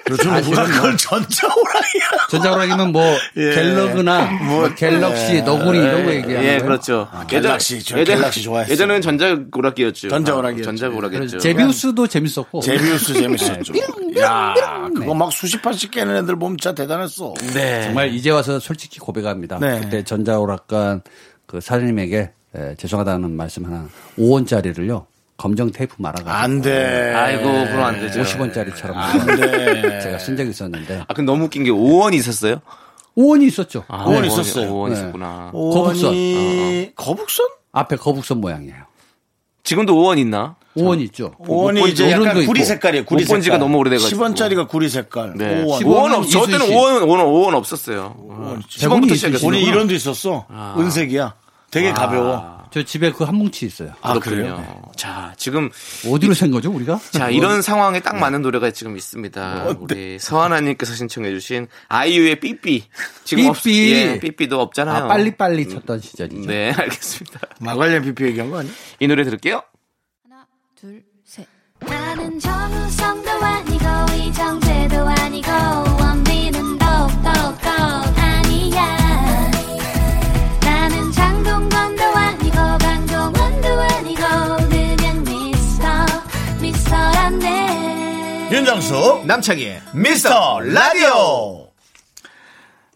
Speaker 1: 요즘 누가 *laughs* 그걸 전자오락이야.
Speaker 8: 전자오락이면 뭐
Speaker 1: *laughs* 예.
Speaker 8: 갤러그나 뭐 갤럭시 너구리 이런 거 얘기하는
Speaker 2: 예,
Speaker 8: 거예요.
Speaker 2: 그렇죠.
Speaker 1: 갤럭시, 저 갤럭시 좋아했어요.
Speaker 2: 예전에는 전자오락기였죠.
Speaker 1: 전자오락이었죠.
Speaker 2: 전자오락이었죠.
Speaker 8: 제비우스도 재밌었고
Speaker 1: 제비우스 재밌었죠.
Speaker 8: *laughs*
Speaker 1: 야, 그거 막 수십 판씩 깨는 애들 몸 진짜 대단했어.
Speaker 2: 네.
Speaker 8: 정말 이제 와서 솔직히 고백합니다.
Speaker 1: 네.
Speaker 8: 그때 전자오락관 그 사장님에게 예, 죄송하다는 말씀 하나 5원짜리를요 검정 테이프 말아가지고
Speaker 1: 안 돼.
Speaker 2: 아이고, 그럼 안 되죠.
Speaker 8: 네. 50원짜리처럼
Speaker 1: 네.
Speaker 8: *laughs* 제가 쓴 적이 있었는데
Speaker 2: 아, 근데 너무 웃긴 게 5원이 있었어요?
Speaker 8: 5원이 있었죠.
Speaker 2: 아,
Speaker 1: 오원
Speaker 2: 5원
Speaker 1: 있었어요.
Speaker 2: 5원
Speaker 8: 네.
Speaker 2: 있었구나.
Speaker 8: 거북선.
Speaker 1: 오원이- 거북선?
Speaker 8: 앞에 거북선 모양이에요.
Speaker 2: 지금도 5원 있나?
Speaker 8: 5원 있죠.
Speaker 1: 어, 오원이
Speaker 8: 본적
Speaker 1: 아, 이제 약간
Speaker 8: 있고.
Speaker 1: 구리 색깔이에요. 구리
Speaker 2: 못본
Speaker 1: 색깔.
Speaker 2: 지가 너무 오래돼가지고.
Speaker 1: 10원짜리가 구리 색깔.
Speaker 2: 네.
Speaker 1: 5원.
Speaker 8: 10원.
Speaker 2: 5원 없, 저
Speaker 8: 이순신.
Speaker 2: 때는 5원, 5원, 5원 없었어요. 10원부터
Speaker 8: 대본이
Speaker 2: 시작했어요.
Speaker 1: 우리 이런도 있었어. 은색이야. 되게 가벼워.
Speaker 8: 저 집에 그 한 뭉치 있어요.
Speaker 1: 아,
Speaker 2: 자, 지금
Speaker 8: 어디로 센 거죠, 우리가? 뭐,
Speaker 2: 자, 이런 상황에 딱 맞는 노래가 지금 있습니다.
Speaker 8: 네.
Speaker 2: 우리 서하나님께서 신청해주신 아이유의 삐삐. 지금 없,
Speaker 8: 삐삐.
Speaker 2: 예, 삐삐도 없잖아요.
Speaker 1: 어.
Speaker 8: 아, 빨리빨리
Speaker 1: 음.
Speaker 8: 쳤던 시절이죠.
Speaker 2: 네, 알겠습니다.
Speaker 1: 마관련 비피 얘기한 거 아니야?
Speaker 2: 이 노래 들을게요.
Speaker 3: 나는 정우성도 아니고 이정재도 아니고 원빈은 더욱더 아니야 나는 장동건도 아니고 강동원도 아니고 그냥 미스터 미스터란데
Speaker 1: 윤정수 남창희의 미스터 라디오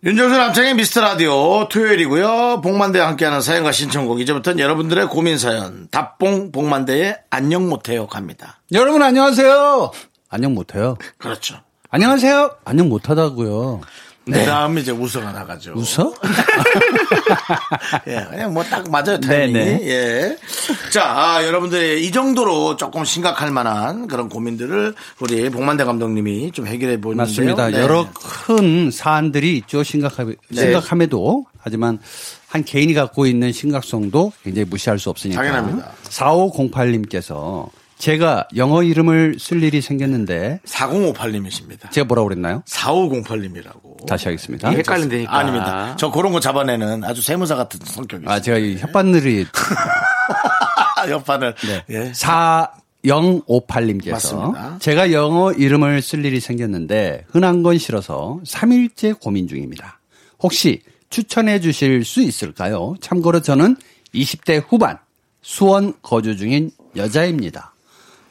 Speaker 1: 윤정수 남창희 미스터 라디오 토요일이고요 복만대와 함께하는 사연과 신청곡 이제부터는 여러분들의 고민사연 답봉 복만대의 안녕 못해요 갑니다
Speaker 8: 여러분 안녕하세요. 안녕 못해요.
Speaker 1: 그렇죠
Speaker 8: 안녕하세요. 안녕 못하다고요.
Speaker 1: 그 다음 이제 웃어가 나가죠
Speaker 8: 네. 웃어?
Speaker 1: 예, 그냥 뭐 딱 맞아요 타이밍이
Speaker 8: 네네.
Speaker 1: 예. 자 아, 여러분들 이 정도로 조금 심각할 만한 그런 고민들을 우리 복만대 감독님이 좀 해결해 보는데요
Speaker 8: 맞습니다.
Speaker 1: 네.
Speaker 8: 여러 큰 사안들이 있죠. 심각하, 심각함에도. 하지만 한 개인이 갖고 있는 심각성도 굉장히 무시할 수 없으니까.
Speaker 1: 당연합니다.
Speaker 8: 4508님께서 제가 영어 이름을 쓸 일이 생겼는데
Speaker 1: 4058님이십니다
Speaker 8: 제가 뭐라고 그랬나요?
Speaker 1: 4508님이라고
Speaker 8: 다시 하겠습니다.
Speaker 1: 예.
Speaker 2: 헷갈린다니까.
Speaker 1: 아닙니다. 저 그런 거 잡아내는 아주 세무사 같은 성격이 있어요.
Speaker 8: 아,
Speaker 1: 아,
Speaker 8: 제가 이 혓바늘이
Speaker 1: 옆판을.
Speaker 8: 네.
Speaker 1: 예.
Speaker 8: 4058님께서
Speaker 1: 맞습니다.
Speaker 8: 제가 영어 이름을 쓸 일이 생겼는데 흔한 건 싫어서 3일째 고민 중입니다. 혹시 추천해 주실 수 있을까요? 참고로 저는 20대 후반 수원 거주 중인 여자입니다.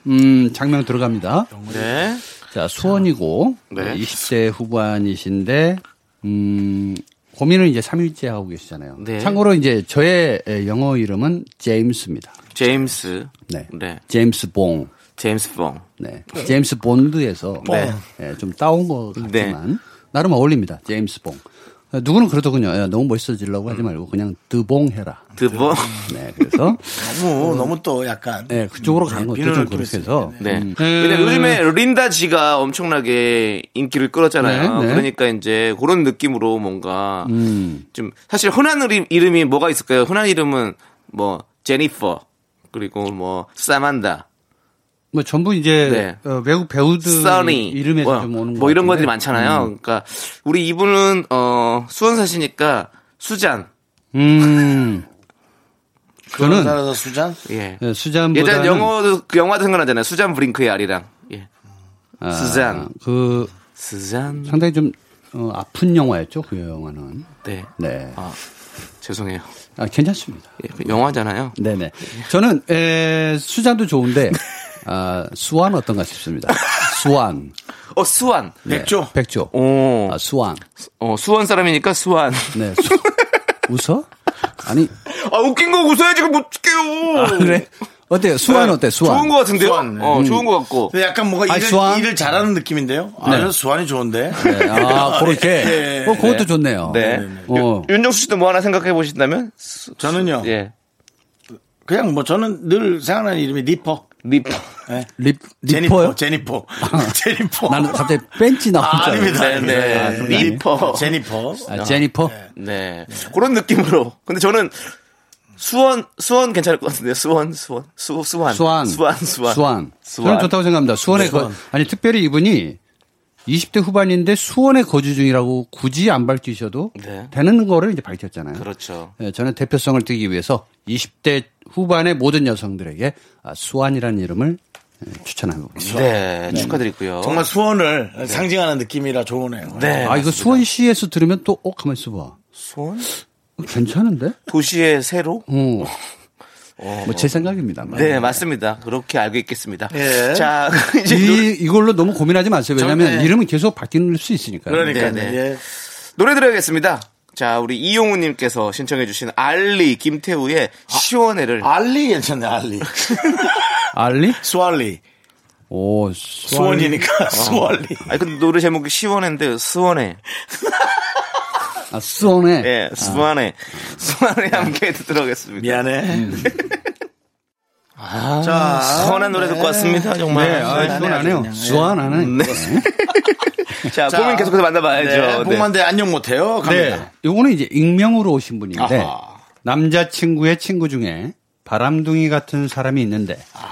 Speaker 8: 음, 장명 들어갑니다.
Speaker 2: 네.
Speaker 8: 자, 수원이고
Speaker 2: 네.
Speaker 8: 20대 후반이신데 음, 고민을 이제 3일째 하고 계시잖아요.
Speaker 2: 네.
Speaker 8: 참고로 이제 저의 에, 영어 이름은 제임스입니다.
Speaker 2: 제임스.
Speaker 8: 네.
Speaker 2: 네.
Speaker 8: 제임스 봉.
Speaker 2: 제임스 봉.
Speaker 8: 네. 제임스 본드에서
Speaker 2: 네.
Speaker 8: 예, 좀 따온 것 같지만 나름 어울립니다. 제임스 봉. 어, 누구는 그러더군요. 야, 너무 멋있어지려고
Speaker 2: 음.
Speaker 8: 하지 말고 그냥 드봉 해라.
Speaker 2: 드봉.
Speaker 8: 네,
Speaker 2: *laughs*
Speaker 8: 그래서
Speaker 1: 너무 너무 또 약간
Speaker 8: 네, 그쪽으로 간 것도
Speaker 1: 비난을
Speaker 8: 좀
Speaker 1: 또
Speaker 8: 그렇게
Speaker 1: 했습니다.
Speaker 8: 해서
Speaker 2: *laughs* 네.
Speaker 8: 음.
Speaker 2: 근데 요즘에 린다 지가 엄청나게 인기를 끌었잖아요.
Speaker 8: 네, 음. 네.
Speaker 2: 그러니까 이제 그런 느낌으로 뭔가 좀 사실 흔한 이름- 이름이 뭐가 있을까요? 흔한 이름은 뭐 제니퍼 그리고 뭐 사만다,
Speaker 8: 뭐 전부 이제
Speaker 2: 네.
Speaker 8: 어, 외국 배우들
Speaker 2: 써니
Speaker 8: 이름에서
Speaker 2: 뭐,
Speaker 8: 좀 오는
Speaker 2: 뭐
Speaker 8: 것
Speaker 2: 이런
Speaker 8: 같은데. 음.
Speaker 2: 것들이 많잖아요. 그러니까 우리 이분은 어 수원 사시니까 수잔
Speaker 8: 음.
Speaker 1: 그런
Speaker 8: 저는
Speaker 1: 나라에서 수잔
Speaker 2: 예.
Speaker 8: 예, 수잔보다는
Speaker 2: 예전 영어도 그 영화도 생각나잖아요. 수잔 브링크의 아리랑. 예.
Speaker 8: 아,
Speaker 2: 수잔.
Speaker 8: 그
Speaker 2: 수잔.
Speaker 8: 상당히 좀 어, 아픈 영화였죠 그 영화는.
Speaker 2: 네.
Speaker 8: 네.
Speaker 2: 아, 죄송해요.
Speaker 8: 아, 괜찮습니다.
Speaker 2: 예, 그 영화잖아요.
Speaker 8: 네네. 저는 에, 수잔도 좋은데 아, 수완 어떤가 싶습니다. 수완.
Speaker 2: 어, 수완.
Speaker 1: 백조
Speaker 8: 백조.
Speaker 2: 오,
Speaker 8: 아, 수완.
Speaker 2: 어, 수원 사람이니까 수완.
Speaker 8: 네. 수, 웃어? 아니
Speaker 2: 아, 웃긴 거 웃어야지, 그럼 어떡해요.
Speaker 8: 아, 그래. 어때요? 수완
Speaker 1: 네,
Speaker 8: 어때? 수완.
Speaker 2: 좋은 거 같은데요? 어, 좋은 거 같고.
Speaker 1: 근데 약간 뭔가
Speaker 8: 아,
Speaker 1: 일을,
Speaker 8: 수완?
Speaker 1: 일을 잘하는 느낌인데요. 아,
Speaker 8: 네.
Speaker 1: 수완이 좋은데.
Speaker 8: 네, 아, 그렇게.
Speaker 1: 예,
Speaker 8: 어, 그것도 좋네요.
Speaker 2: 네.
Speaker 8: 어.
Speaker 2: 유- 윤정수 씨도 뭐 하나 생각해 보신다면?
Speaker 1: *laughs* 저는요.
Speaker 2: 예.
Speaker 1: 그냥 뭐 저는 늘 생각나는 이름이 니퍼.
Speaker 2: 립.
Speaker 1: 네.
Speaker 8: 립,
Speaker 1: 제니퍼,
Speaker 8: 리퍼요?
Speaker 1: 제니퍼, *laughs* 제니퍼.
Speaker 8: 나는 갑자기 벤치 나온
Speaker 1: 아,
Speaker 8: 줄 알았어요.
Speaker 1: 아닙니다.
Speaker 2: 네, 네.
Speaker 1: 아닙니다. 아닙니다.
Speaker 2: 니퍼.
Speaker 1: 제니퍼.
Speaker 8: 아, 제니퍼?
Speaker 2: 네. 그런 느낌으로. 근데 저는 수원, 수원 괜찮을 것 같은데요. 수원, 수원, 수, 수완.
Speaker 8: 수완.
Speaker 2: 수완, 수완.
Speaker 8: 수완.
Speaker 2: 수완. 네,
Speaker 8: 저는 좋다고 생각합니다. 수원에, 거, 아니, 특별히 이분이 20대 후반인데 수원에 거주 중이라고 굳이 안 밝히셔도
Speaker 2: 네.
Speaker 8: 되는 거를 이제 밝혔잖아요.
Speaker 2: 그렇죠.
Speaker 8: 예, 저는 대표성을 띄기 위해서 20대 후반의 모든 여성들에게 아, 수완이라는 이름을 예, 추천하고.
Speaker 2: 네. 축하드리고요.
Speaker 1: 정말 수원을 상징하는 느낌이라 네. 좋으네요.
Speaker 2: 네.
Speaker 8: 아, 이거 수원시에서 들으면 또, 어, 가만있어 봐.
Speaker 2: 수원?
Speaker 8: 괜찮은데?
Speaker 2: 도시의 새로?
Speaker 8: 어. 뭐제 생각입니다만.
Speaker 2: 어. 네, 맞습니다. 그렇게 알고 있겠습니다.
Speaker 1: 예.
Speaker 2: 자, *laughs* 이제 노래,
Speaker 8: 이, 이걸로 너무 고민하지 마세요. 왜냐면
Speaker 1: 전- 예.
Speaker 8: 이름은 계속 바뀔 수 있으니까요.
Speaker 1: 그러니까요.
Speaker 2: 네, 네.
Speaker 1: 예.
Speaker 2: 노래 들어야겠습니다. 자, 우리 이용우님께서 신청해주신 알리 김태우의 시원해를.
Speaker 1: 알리 괜찮네, *laughs* 알리.
Speaker 8: 알리?
Speaker 1: 수알리.
Speaker 8: 오, 수완.
Speaker 1: *laughs* 수원이니까
Speaker 8: 어.
Speaker 1: 수알리.
Speaker 2: 아니, 근데 노래 제목이 시원해인데, 수원해.
Speaker 8: 아, 수원에.
Speaker 2: 예, 수원해. 수원해 함께 들어가겠습니다.
Speaker 1: 미안해. 자,
Speaker 2: 선한 노래 듣고 왔습니다, 정말.
Speaker 8: 네, 아, 수원 안 해요. 수원 안 해. 네.
Speaker 2: 자,
Speaker 1: 자,
Speaker 2: 고민 계속해서
Speaker 1: 네,
Speaker 8: 아,
Speaker 2: 만나봐야죠. 네.
Speaker 1: 복만대 안녕 못해요. 갑니다.
Speaker 8: 네. 요거는 이제 익명으로 오신 분인데,
Speaker 1: 아하.
Speaker 8: 남자친구의 친구 중에 바람둥이 같은 사람이 있는데,
Speaker 1: 아.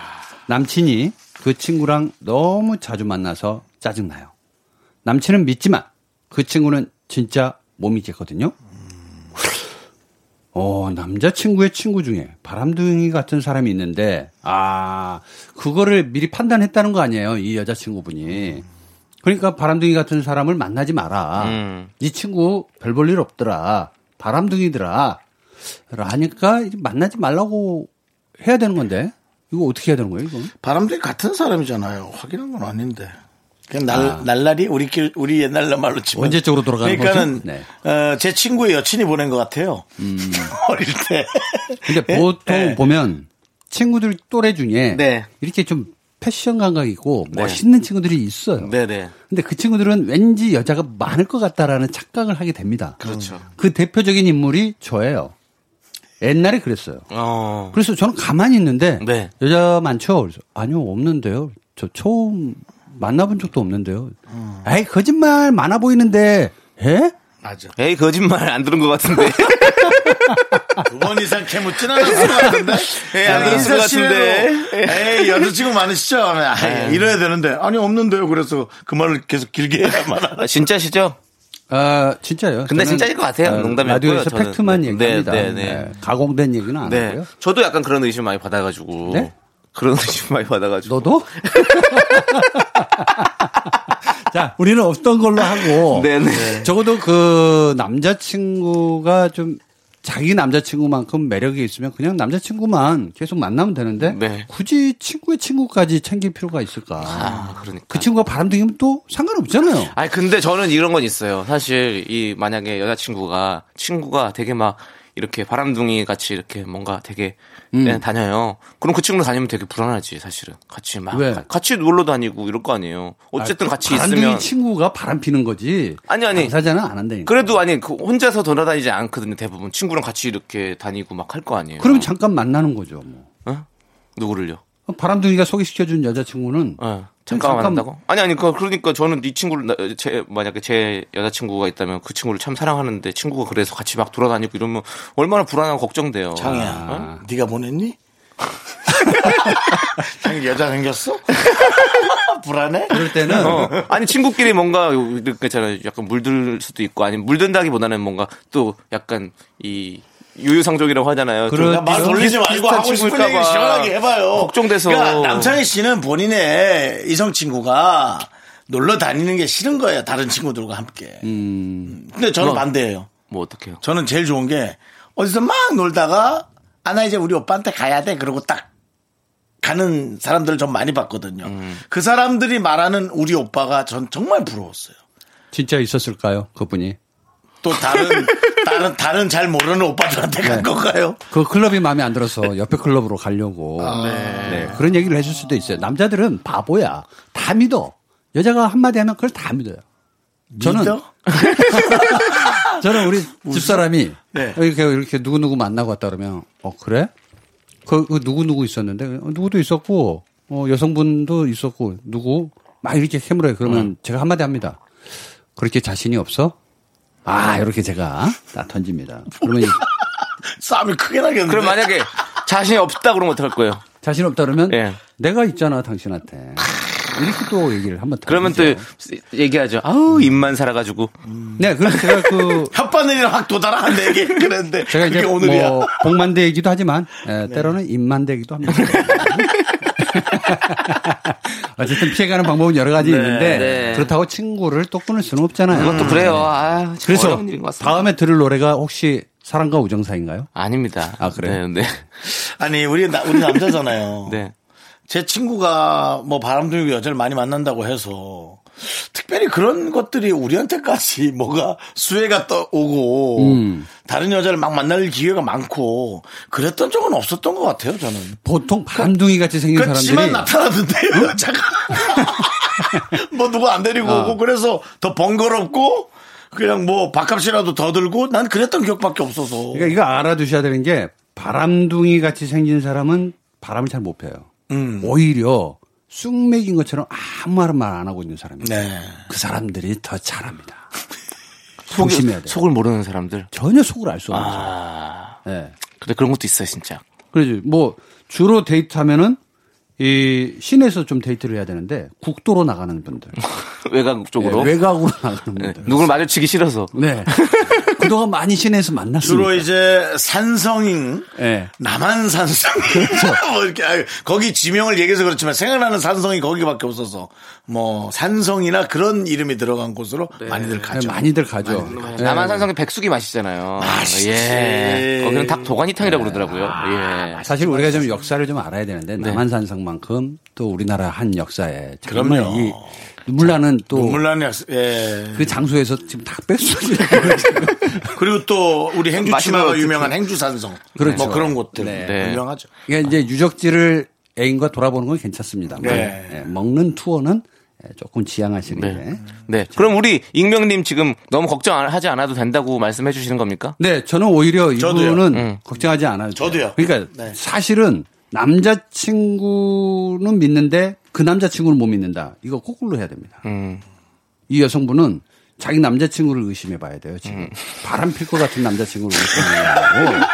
Speaker 8: 남친이 그 친구랑 너무 자주 만나서 짜증나요. 남친은 믿지만, 그 친구는 진짜 못 믿겠거든요. 어, 남자친구의 친구 중에 바람둥이 같은 사람이 있는데, 아, 그거를 미리 판단했다는 거 아니에요, 이 여자친구분이. 그러니까 바람둥이 같은 사람을 만나지 마라.
Speaker 2: 음.
Speaker 8: 네 친구 별 볼 일 없더라. 바람둥이더라. 라니까 이제 만나지 말라고 해야 되는 건데, 이거 어떻게 해야 되는 거예요, 이건?
Speaker 1: 바람들이 같은 사람이잖아요. 확인한 건 아닌데. 그냥 날, 날라리 우리끼리 우리 옛날 말로 치면
Speaker 8: 원제적으로 돌아가는
Speaker 1: 그러니까는
Speaker 8: 거죠? 네. 음.
Speaker 1: 어, 제 친구의 여친이 보낸 것 같아요. *laughs* 어릴 때.
Speaker 8: 근데
Speaker 1: 예?
Speaker 8: 보통
Speaker 1: 예.
Speaker 8: 보면 친구들 또래 중에
Speaker 2: 네.
Speaker 8: 이렇게 좀 패션 감각 있고 멋있는 친구들이 있어요.
Speaker 2: 네네.
Speaker 8: 근데 그 친구들은 왠지 여자가 많을 것 같다라는 착각을 하게 됩니다.
Speaker 2: 그렇죠.
Speaker 8: 그 대표적인 인물이 저예요. 옛날에 그랬어요.
Speaker 2: 어.
Speaker 8: 그래서 저는 가만히 있는데
Speaker 2: 네.
Speaker 8: 여자 많죠? 그래서 아니요 없는데요. 저 처음 만나본 적도 없는데요.
Speaker 2: 음.
Speaker 8: 에이 거짓말 많아 보이는데 예? 에?
Speaker 1: 맞아.
Speaker 2: 에이, 거짓말 안 들은 것 같은데.
Speaker 1: 두 번 이상 캐묻진 않았을 것
Speaker 8: *laughs*
Speaker 1: 같은데.
Speaker 8: 네,
Speaker 2: 예, 안 들었을 것
Speaker 1: 같은데. 뭐, 에이, 여자친구 많으시죠? 하면
Speaker 8: 네.
Speaker 1: 아이, 이래야 되는데. 아니, 없는데요. 그래서 그 말을 계속 길게 해야만 하나.
Speaker 2: 아, 진짜시죠?
Speaker 8: 아 진짜요.
Speaker 2: 근데
Speaker 8: 저는,
Speaker 2: 진짜일 것 같아요.
Speaker 8: 어,
Speaker 2: 농담이었고요,
Speaker 8: 라디오에서
Speaker 2: 저는.
Speaker 8: 팩트만
Speaker 2: 네,
Speaker 8: 얘기합니다.
Speaker 2: 네, 네.
Speaker 8: 네, 가공된 얘기는 안
Speaker 2: 네.
Speaker 8: 하고요.
Speaker 2: 저도 약간 그런 의심 많이 받아가지고.
Speaker 8: 아, 네?
Speaker 2: 그런 의심 많이 받아가지고.
Speaker 8: 너도? *laughs* 자, 우리는
Speaker 2: 네.
Speaker 8: 없던 걸로 하고.
Speaker 2: 네네.
Speaker 8: 적어도 그 남자친구가 좀 자기 남자친구만큼 매력이 있으면 그냥 남자친구만 계속 만나면 되는데
Speaker 2: 네.
Speaker 8: 굳이 친구의 친구까지 챙길 필요가 있을까?
Speaker 2: 아, 그러니까.
Speaker 8: 그 친구가 바람둥이면 또 상관없잖아요.
Speaker 2: 아니 근데 저는 이런 건 있어요. 사실 이 만약에 여자친구가 친구가 되게 막 이렇게 바람둥이 같이 이렇게 뭔가 되게
Speaker 8: 음.
Speaker 2: 그냥 다녀요. 그럼 그 친구 다니면 되게 불안하지 사실은. 같이 막
Speaker 8: 왜?
Speaker 2: 가- 같이 놀러 다니고 이럴 거 아니에요. 어쨌든
Speaker 8: 아,
Speaker 2: 같이
Speaker 8: 바람둥이
Speaker 2: 있으면
Speaker 8: 친구가 바람 피는 거지.
Speaker 2: 아니, 아니.
Speaker 8: 당사자는 안 한다니까.
Speaker 2: 그래도 아니 그 혼자서 돌아다니지 않거든요. 대부분 친구랑 같이 이렇게 다니고 막 할 거 아니에요.
Speaker 8: 그럼 잠깐 만나는 거죠. 뭐.
Speaker 2: 어? 누구를요?
Speaker 8: 바람둥이가 소개시켜준 여자친구는
Speaker 2: 어,
Speaker 8: 잠깐-
Speaker 2: 잠깐 만난다고? 아니 아니 그 그러니까 저는 네 친구를 나- 제 만약에 제 여자친구가 있다면 그 친구를 참 사랑하는데 친구가 그래서 같이 막 돌아다니고 이러면 얼마나 불안하고 걱정돼요.
Speaker 1: 장이야, 네가 보냈니? *laughs* 장이 여자 생겼어? *laughs* 불안해?
Speaker 8: 그럴 때는
Speaker 2: 어. 아니 친구끼리 뭔가 이렇게 있잖아요. 약간 물들 수도 있고 아니면 물든다기보다는 뭔가 또 약간 이 유유상종이라고 하잖아요. 좀
Speaker 8: 그렇죠.
Speaker 1: 그러니까 말 돌리지 말고
Speaker 2: 비슷한
Speaker 1: 하고 싶은
Speaker 2: 친구일까봐
Speaker 1: 얘기 시원하게 해봐요.
Speaker 2: 걱정돼서.
Speaker 1: 그러니까 남창희 씨는 본인의 이성 친구가 놀러 다니는 게 싫은 거예요. 다른 친구들과 함께. 근데 저는 반대예요.
Speaker 2: 음. 뭐 어떡해요?
Speaker 1: 저는 제일 좋은 게 어디서 막 놀다가 아나 이제 우리 오빠한테 가야 돼 그러고 딱 가는 사람들을 좀 많이 봤거든요.
Speaker 2: 음.
Speaker 1: 그 사람들이 말하는 우리 오빠가 전 정말 부러웠어요.
Speaker 8: 진짜 있었을까요? 그분이.
Speaker 1: 또
Speaker 2: *laughs*
Speaker 1: 다른 다른 다른 잘 모르는 오빠들한테
Speaker 2: 네.
Speaker 1: 간 건가요?
Speaker 8: 그 클럽이 마음에 안 들어서 옆에 클럽으로 가려고
Speaker 1: 아,
Speaker 8: 네, 그런 얘기를 해줄 수도 있어요. 남자들은 바보야. 다 믿어. 여자가 한마디 하면 그걸 다 믿어요. 저는
Speaker 1: 믿어?
Speaker 8: *laughs* 저는 우리 집사람이
Speaker 1: 네.
Speaker 8: 이렇게 이렇게 누구 누구 만나고 왔다 그러면 어 그래? 그, 누구 누구 있었는데 어, 누구도 있었고 어, 여성분도 있었고 누구 막 이렇게 캐물어요. 그러면
Speaker 1: 음.
Speaker 8: 제가 한마디 합니다. 그렇게 자신이 없어? 아 이렇게 제가 딱 던집니다. 그러면
Speaker 1: 싸움이 크게 나겠는데.
Speaker 2: 그럼 만약에 자신이 없다 그러면 어떡할 거예요?
Speaker 8: 자신 없다 그러면
Speaker 2: 예.
Speaker 8: 내가 있잖아 당신한테 이렇게 또 얘기를 한번
Speaker 2: 그러면 또
Speaker 8: 던지죠.
Speaker 2: 얘기하죠. 아우 입만 살아가지고
Speaker 8: 네 그래서 제가 그
Speaker 1: 혓바늘이랑 확 도달한 내게
Speaker 2: *laughs*
Speaker 1: 그랬는데
Speaker 8: 제가
Speaker 1: 그게
Speaker 8: 이제
Speaker 1: 오늘이야.
Speaker 8: 뭐 복만대이기도 하지만 예, 때로는 입만대이기도 합니다. *laughs* 어쨌든 피해가는 방법은 여러 가지 있는데
Speaker 2: 네.
Speaker 8: 그렇다고 친구를 또 끊을 수는 없잖아요.
Speaker 2: 그것도 그래요. 아, 참
Speaker 8: 음. 그래서
Speaker 2: 어려운 일인 것 같습니다.
Speaker 8: 다음에 들을 노래가 혹시 사랑과 우정 사인가요?
Speaker 2: 아닙니다.
Speaker 8: 아, 그래요?
Speaker 2: 네. 네.
Speaker 1: 아니 우리 나, 우리 남자잖아요.
Speaker 2: *laughs* 네.
Speaker 1: 제 친구가 뭐 바람둥이 여자를 많이 만난다고 해서 특별히 그런 것들이 우리한테까지 *laughs* 뭐가 수혜가 떠오고
Speaker 2: 음.
Speaker 1: 다른 여자를 막 만날 기회가 많고 그랬던 적은 없었던 것 같아요 저는.
Speaker 8: 보통 바람둥이 같이 생긴
Speaker 1: 그렇지만
Speaker 8: 사람들이
Speaker 1: 나타나던데요 *laughs* 여자가 뭐 누구 안 데리고
Speaker 8: 아.
Speaker 1: 오고 그래서 더 번거롭고 그냥 뭐 밥값이라도 더 들고 난 그랬던 기억밖에 없어서
Speaker 8: 그러니까 이거 알아두셔야 되는 게 바람둥이 같이 생긴 사람은 바람을 잘 못 펴요.
Speaker 1: 음.
Speaker 8: 오히려 쑥맥인 것처럼 아무 말 안 하고 있는 사람이에요.
Speaker 1: 네.
Speaker 8: 그 사람들이 더 잘합니다.
Speaker 2: 속이-
Speaker 8: 조심해야 돼요.
Speaker 2: 속을 모르는 사람들.
Speaker 8: 전혀 속을 알 수 없는 사람.
Speaker 2: 아.
Speaker 8: 예.
Speaker 2: 근데 그런 것도 있어요, 진짜.
Speaker 8: 그러지. 뭐 주로 데이트하면은 이 시내에서 좀 데이트를 해야 되는데 국도로 나가는 분들,
Speaker 2: 외곽
Speaker 8: 예,
Speaker 2: 쪽으로.
Speaker 8: 외곽으로 나가는
Speaker 2: 네.
Speaker 8: 분들.
Speaker 2: 누굴 마주치기 싫어서.
Speaker 8: 네. *laughs* 그동안 많이 시내에서 예, 만났으니까.
Speaker 1: 주로 이제 산성인
Speaker 8: 그러니까. 예. 그렇죠.
Speaker 1: 남한 산성이 *laughs* 뭐 이렇게 아유, 거기 지명을 얘기해서 그렇지만 생각나는 산성이 거기밖에 없어서 뭐 산성이나 그런 이름이 들어간 곳으로 많이들
Speaker 8: 예,
Speaker 1: 가죠.
Speaker 8: 많이들 가죠. 예.
Speaker 2: 남한 산성에 백숙이 맛있잖아요.
Speaker 1: 맛있지.
Speaker 2: 예. 거기는 닭 도가니탕이라고 그러더라고요. 예.
Speaker 8: 사실 우리가 좀 역사를 좀 알아야 되는데 남한산성만큼 또 우리나라 한 역사에 정말
Speaker 1: 그럼요.
Speaker 8: 이 눈물 나는 또 그
Speaker 1: 눈물 나는 약수- 예.
Speaker 8: 장소에서 지금 다 *laughs* 뺏어지
Speaker 1: 그리고 또 우리 행주
Speaker 2: 마지막으로
Speaker 1: 치마가
Speaker 2: 어떻게-
Speaker 1: 유명한 행주 산성.
Speaker 8: 그렇죠.
Speaker 1: 뭐 그런 곳들
Speaker 2: 네.
Speaker 1: 유명하죠.
Speaker 8: 그러니까 이제 유적지를 애인과 돌아보는 건 괜찮습니다. 예,
Speaker 1: 네.
Speaker 8: 먹는 투어는 예, 조금 지양하시는 게.
Speaker 2: 네. 네. 그럼 우리 익명님 지금 너무 걱정하지 않아도 된다고 말씀해 주시는 겁니까?
Speaker 8: 네, 저는 오히려
Speaker 1: 저도요.
Speaker 8: 이분은
Speaker 2: 음.
Speaker 8: 걱정하지 않아요.
Speaker 1: 저도요.
Speaker 8: 그러니까
Speaker 1: 네.
Speaker 8: 사실은 남자친구는 믿는데 그 남자친구는 못 믿는다. 이거 거꾸로 해야 됩니다.
Speaker 2: 음.
Speaker 8: 이 여성분은 자기 남자친구를 의심해 봐야 돼요, 지금.
Speaker 2: 음.
Speaker 8: 바람 필 것 같은 남자친구를 의심해야 고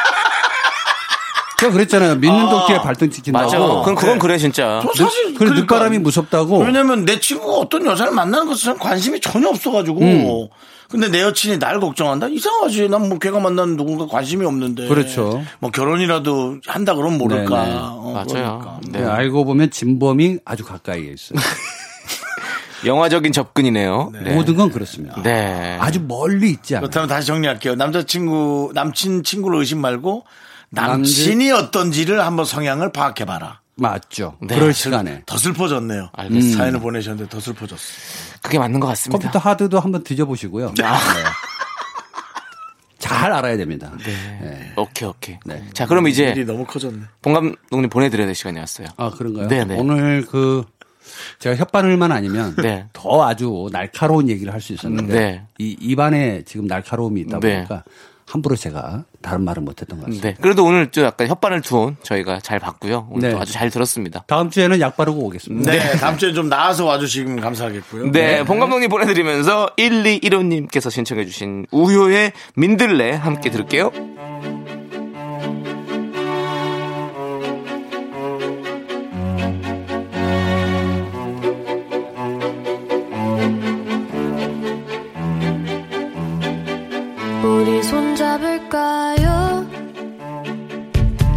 Speaker 8: 제가 그랬잖아요. 믿는 도끼에 발등 찍힌다고.
Speaker 2: 맞아. 그럼 그건 그래, 진짜.
Speaker 1: 저 어, 사실 그러니까
Speaker 8: 그래, 늦바람이 무섭다고.
Speaker 1: 왜냐면 내 친구가 어떤 여자를 만나는 것에 저는 관심이 전혀 없어가지고.
Speaker 8: 음.
Speaker 1: 근데 내 여친이 날 걱정한다? 이상하지. 난 뭐 걔가 만나는 누군가 관심이 없는데.
Speaker 8: 그렇죠.
Speaker 1: 뭐 결혼이라도 한다 그러면 모를까.
Speaker 8: 네네.
Speaker 1: 어,
Speaker 2: 맞아요.
Speaker 1: 그러니까.
Speaker 8: 네, 알고 보면 진범이 아주 가까이에 있어요.
Speaker 2: 영화적인 접근이네요. 네.
Speaker 8: 모든 건 그렇습니다.
Speaker 2: 네.
Speaker 8: 아주 멀리 있지 않아요.
Speaker 1: 그렇다면 다시 정리할게요. 남자친구, 남친 친구를 의심 말고 남친이 어떤지를 한번 성향을 파악해봐라.
Speaker 8: 맞죠.
Speaker 2: 네,
Speaker 8: 그럴 시간에.
Speaker 1: 더 슬퍼졌네요.
Speaker 2: 알겠습니다.
Speaker 1: 사연을 보내셨는데 더 슬퍼졌어.
Speaker 2: 그게 맞는 것 같습니다.
Speaker 8: 컴퓨터 하드도 한번 뒤져보시고요. 네.
Speaker 2: 아,
Speaker 8: 잘 알아야 됩니다.
Speaker 2: 네. 오케이, 오케이. 자, 그럼 이제
Speaker 1: 일이 너무 커졌네.
Speaker 2: 봉 감독님 보내드려야 될 시간이 왔어요.
Speaker 8: 아 그런가요?
Speaker 2: 네, 네.
Speaker 8: 오늘 그 제가 혓바늘만 아니면
Speaker 2: 네.
Speaker 8: 더 아주 날카로운 얘기를 할 수 있었는데
Speaker 2: 네.
Speaker 8: 이 입안에 지금 날카로움이 있다
Speaker 2: 네.
Speaker 8: 보니까 함부로 제가 다른 말을 못했던 것 같습니다.
Speaker 2: 네. 그래도 오늘 좀 약간 혓바늘 두온 저희가 잘 봤고요. 오늘
Speaker 8: 네.
Speaker 2: 또 아주 잘 들었습니다.
Speaker 8: 다음 주에는 약 바르고 오겠습니다.
Speaker 1: 네, 다음 주에 좀 나아서 와주시면 감사하겠고요.
Speaker 2: 네, 봉 감독님 보내드리면서 1215님께서 신청해주신 우효의 민들레 함께 들을게요.
Speaker 3: 우리 손잡을까요?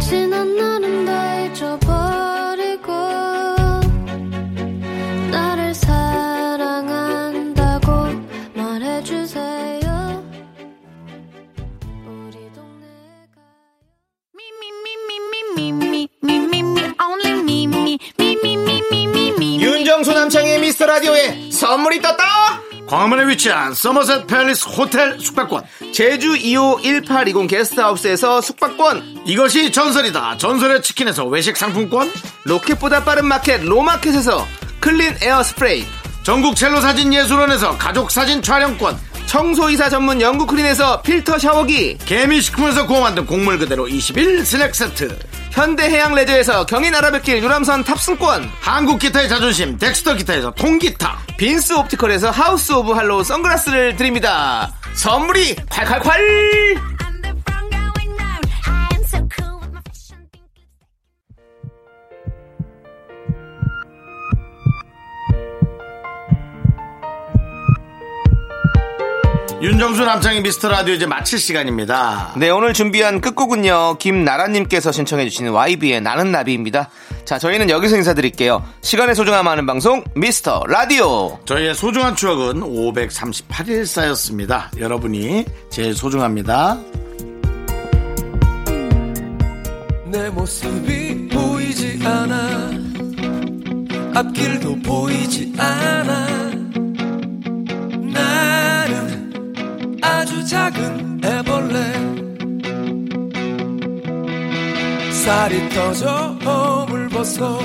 Speaker 3: 지난 날은 다 잊어버리고 나를 사랑한다고 말해주세요. 우리 동네가
Speaker 2: 윤정수 남창의 미스터 라디오에 선물이 떴다!
Speaker 1: 광화문에 위치한 서머셋 팰리스 호텔 숙박권.
Speaker 2: 제주 2호 1820 게스트하우스에서 숙박권
Speaker 1: 이것이 전설이다. 전설의 치킨에서 외식 상품권.
Speaker 2: 로켓보다 빠른 마켓 로마켓에서 클린 에어 스프레이
Speaker 1: 전국 첼로 사진 예술원에서 가족 사진 촬영권.
Speaker 2: 청소이사 전문 영국 크린에서 필터 샤워기
Speaker 1: 개미식품에서 구워 만든 곡물 그대로 21 스낵 세트.
Speaker 2: 현대해양 레저에서 경인아라뱃길 유람선 탑승권
Speaker 1: 한국 기타의 자존심. 덱스터 기타에서 통기타.
Speaker 2: 빈스 옵티컬에서 하우스 오브 할로우 선글라스를 드립니다 선물이 콸콸콸
Speaker 3: I'm the wrong going round. I am so cool with my fashion.
Speaker 1: 윤정수 남창희 미스터 라디오 이제 마칠 시간입니다.
Speaker 2: 네, 오늘 준비한 끝곡은요. 김나라님께서 신청해주신 YB의 나는 나비입니다. 자, 저희는 여기서 인사드릴게요. 시간의 소중함 하는 방송, 미스터 라디오.
Speaker 1: 저희의 소중한 추억은 538일 쌓였습니다. 여러분이 제일 소중합니다.
Speaker 5: 내 모습이 보이지 않아 앞길도 보이지 않아 나는 아주 작은 애벌레 살이 떠져 허물 벗어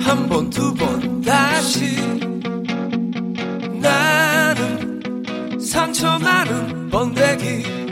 Speaker 5: 한 번 두 번 다시 나는 상처 많은 번데기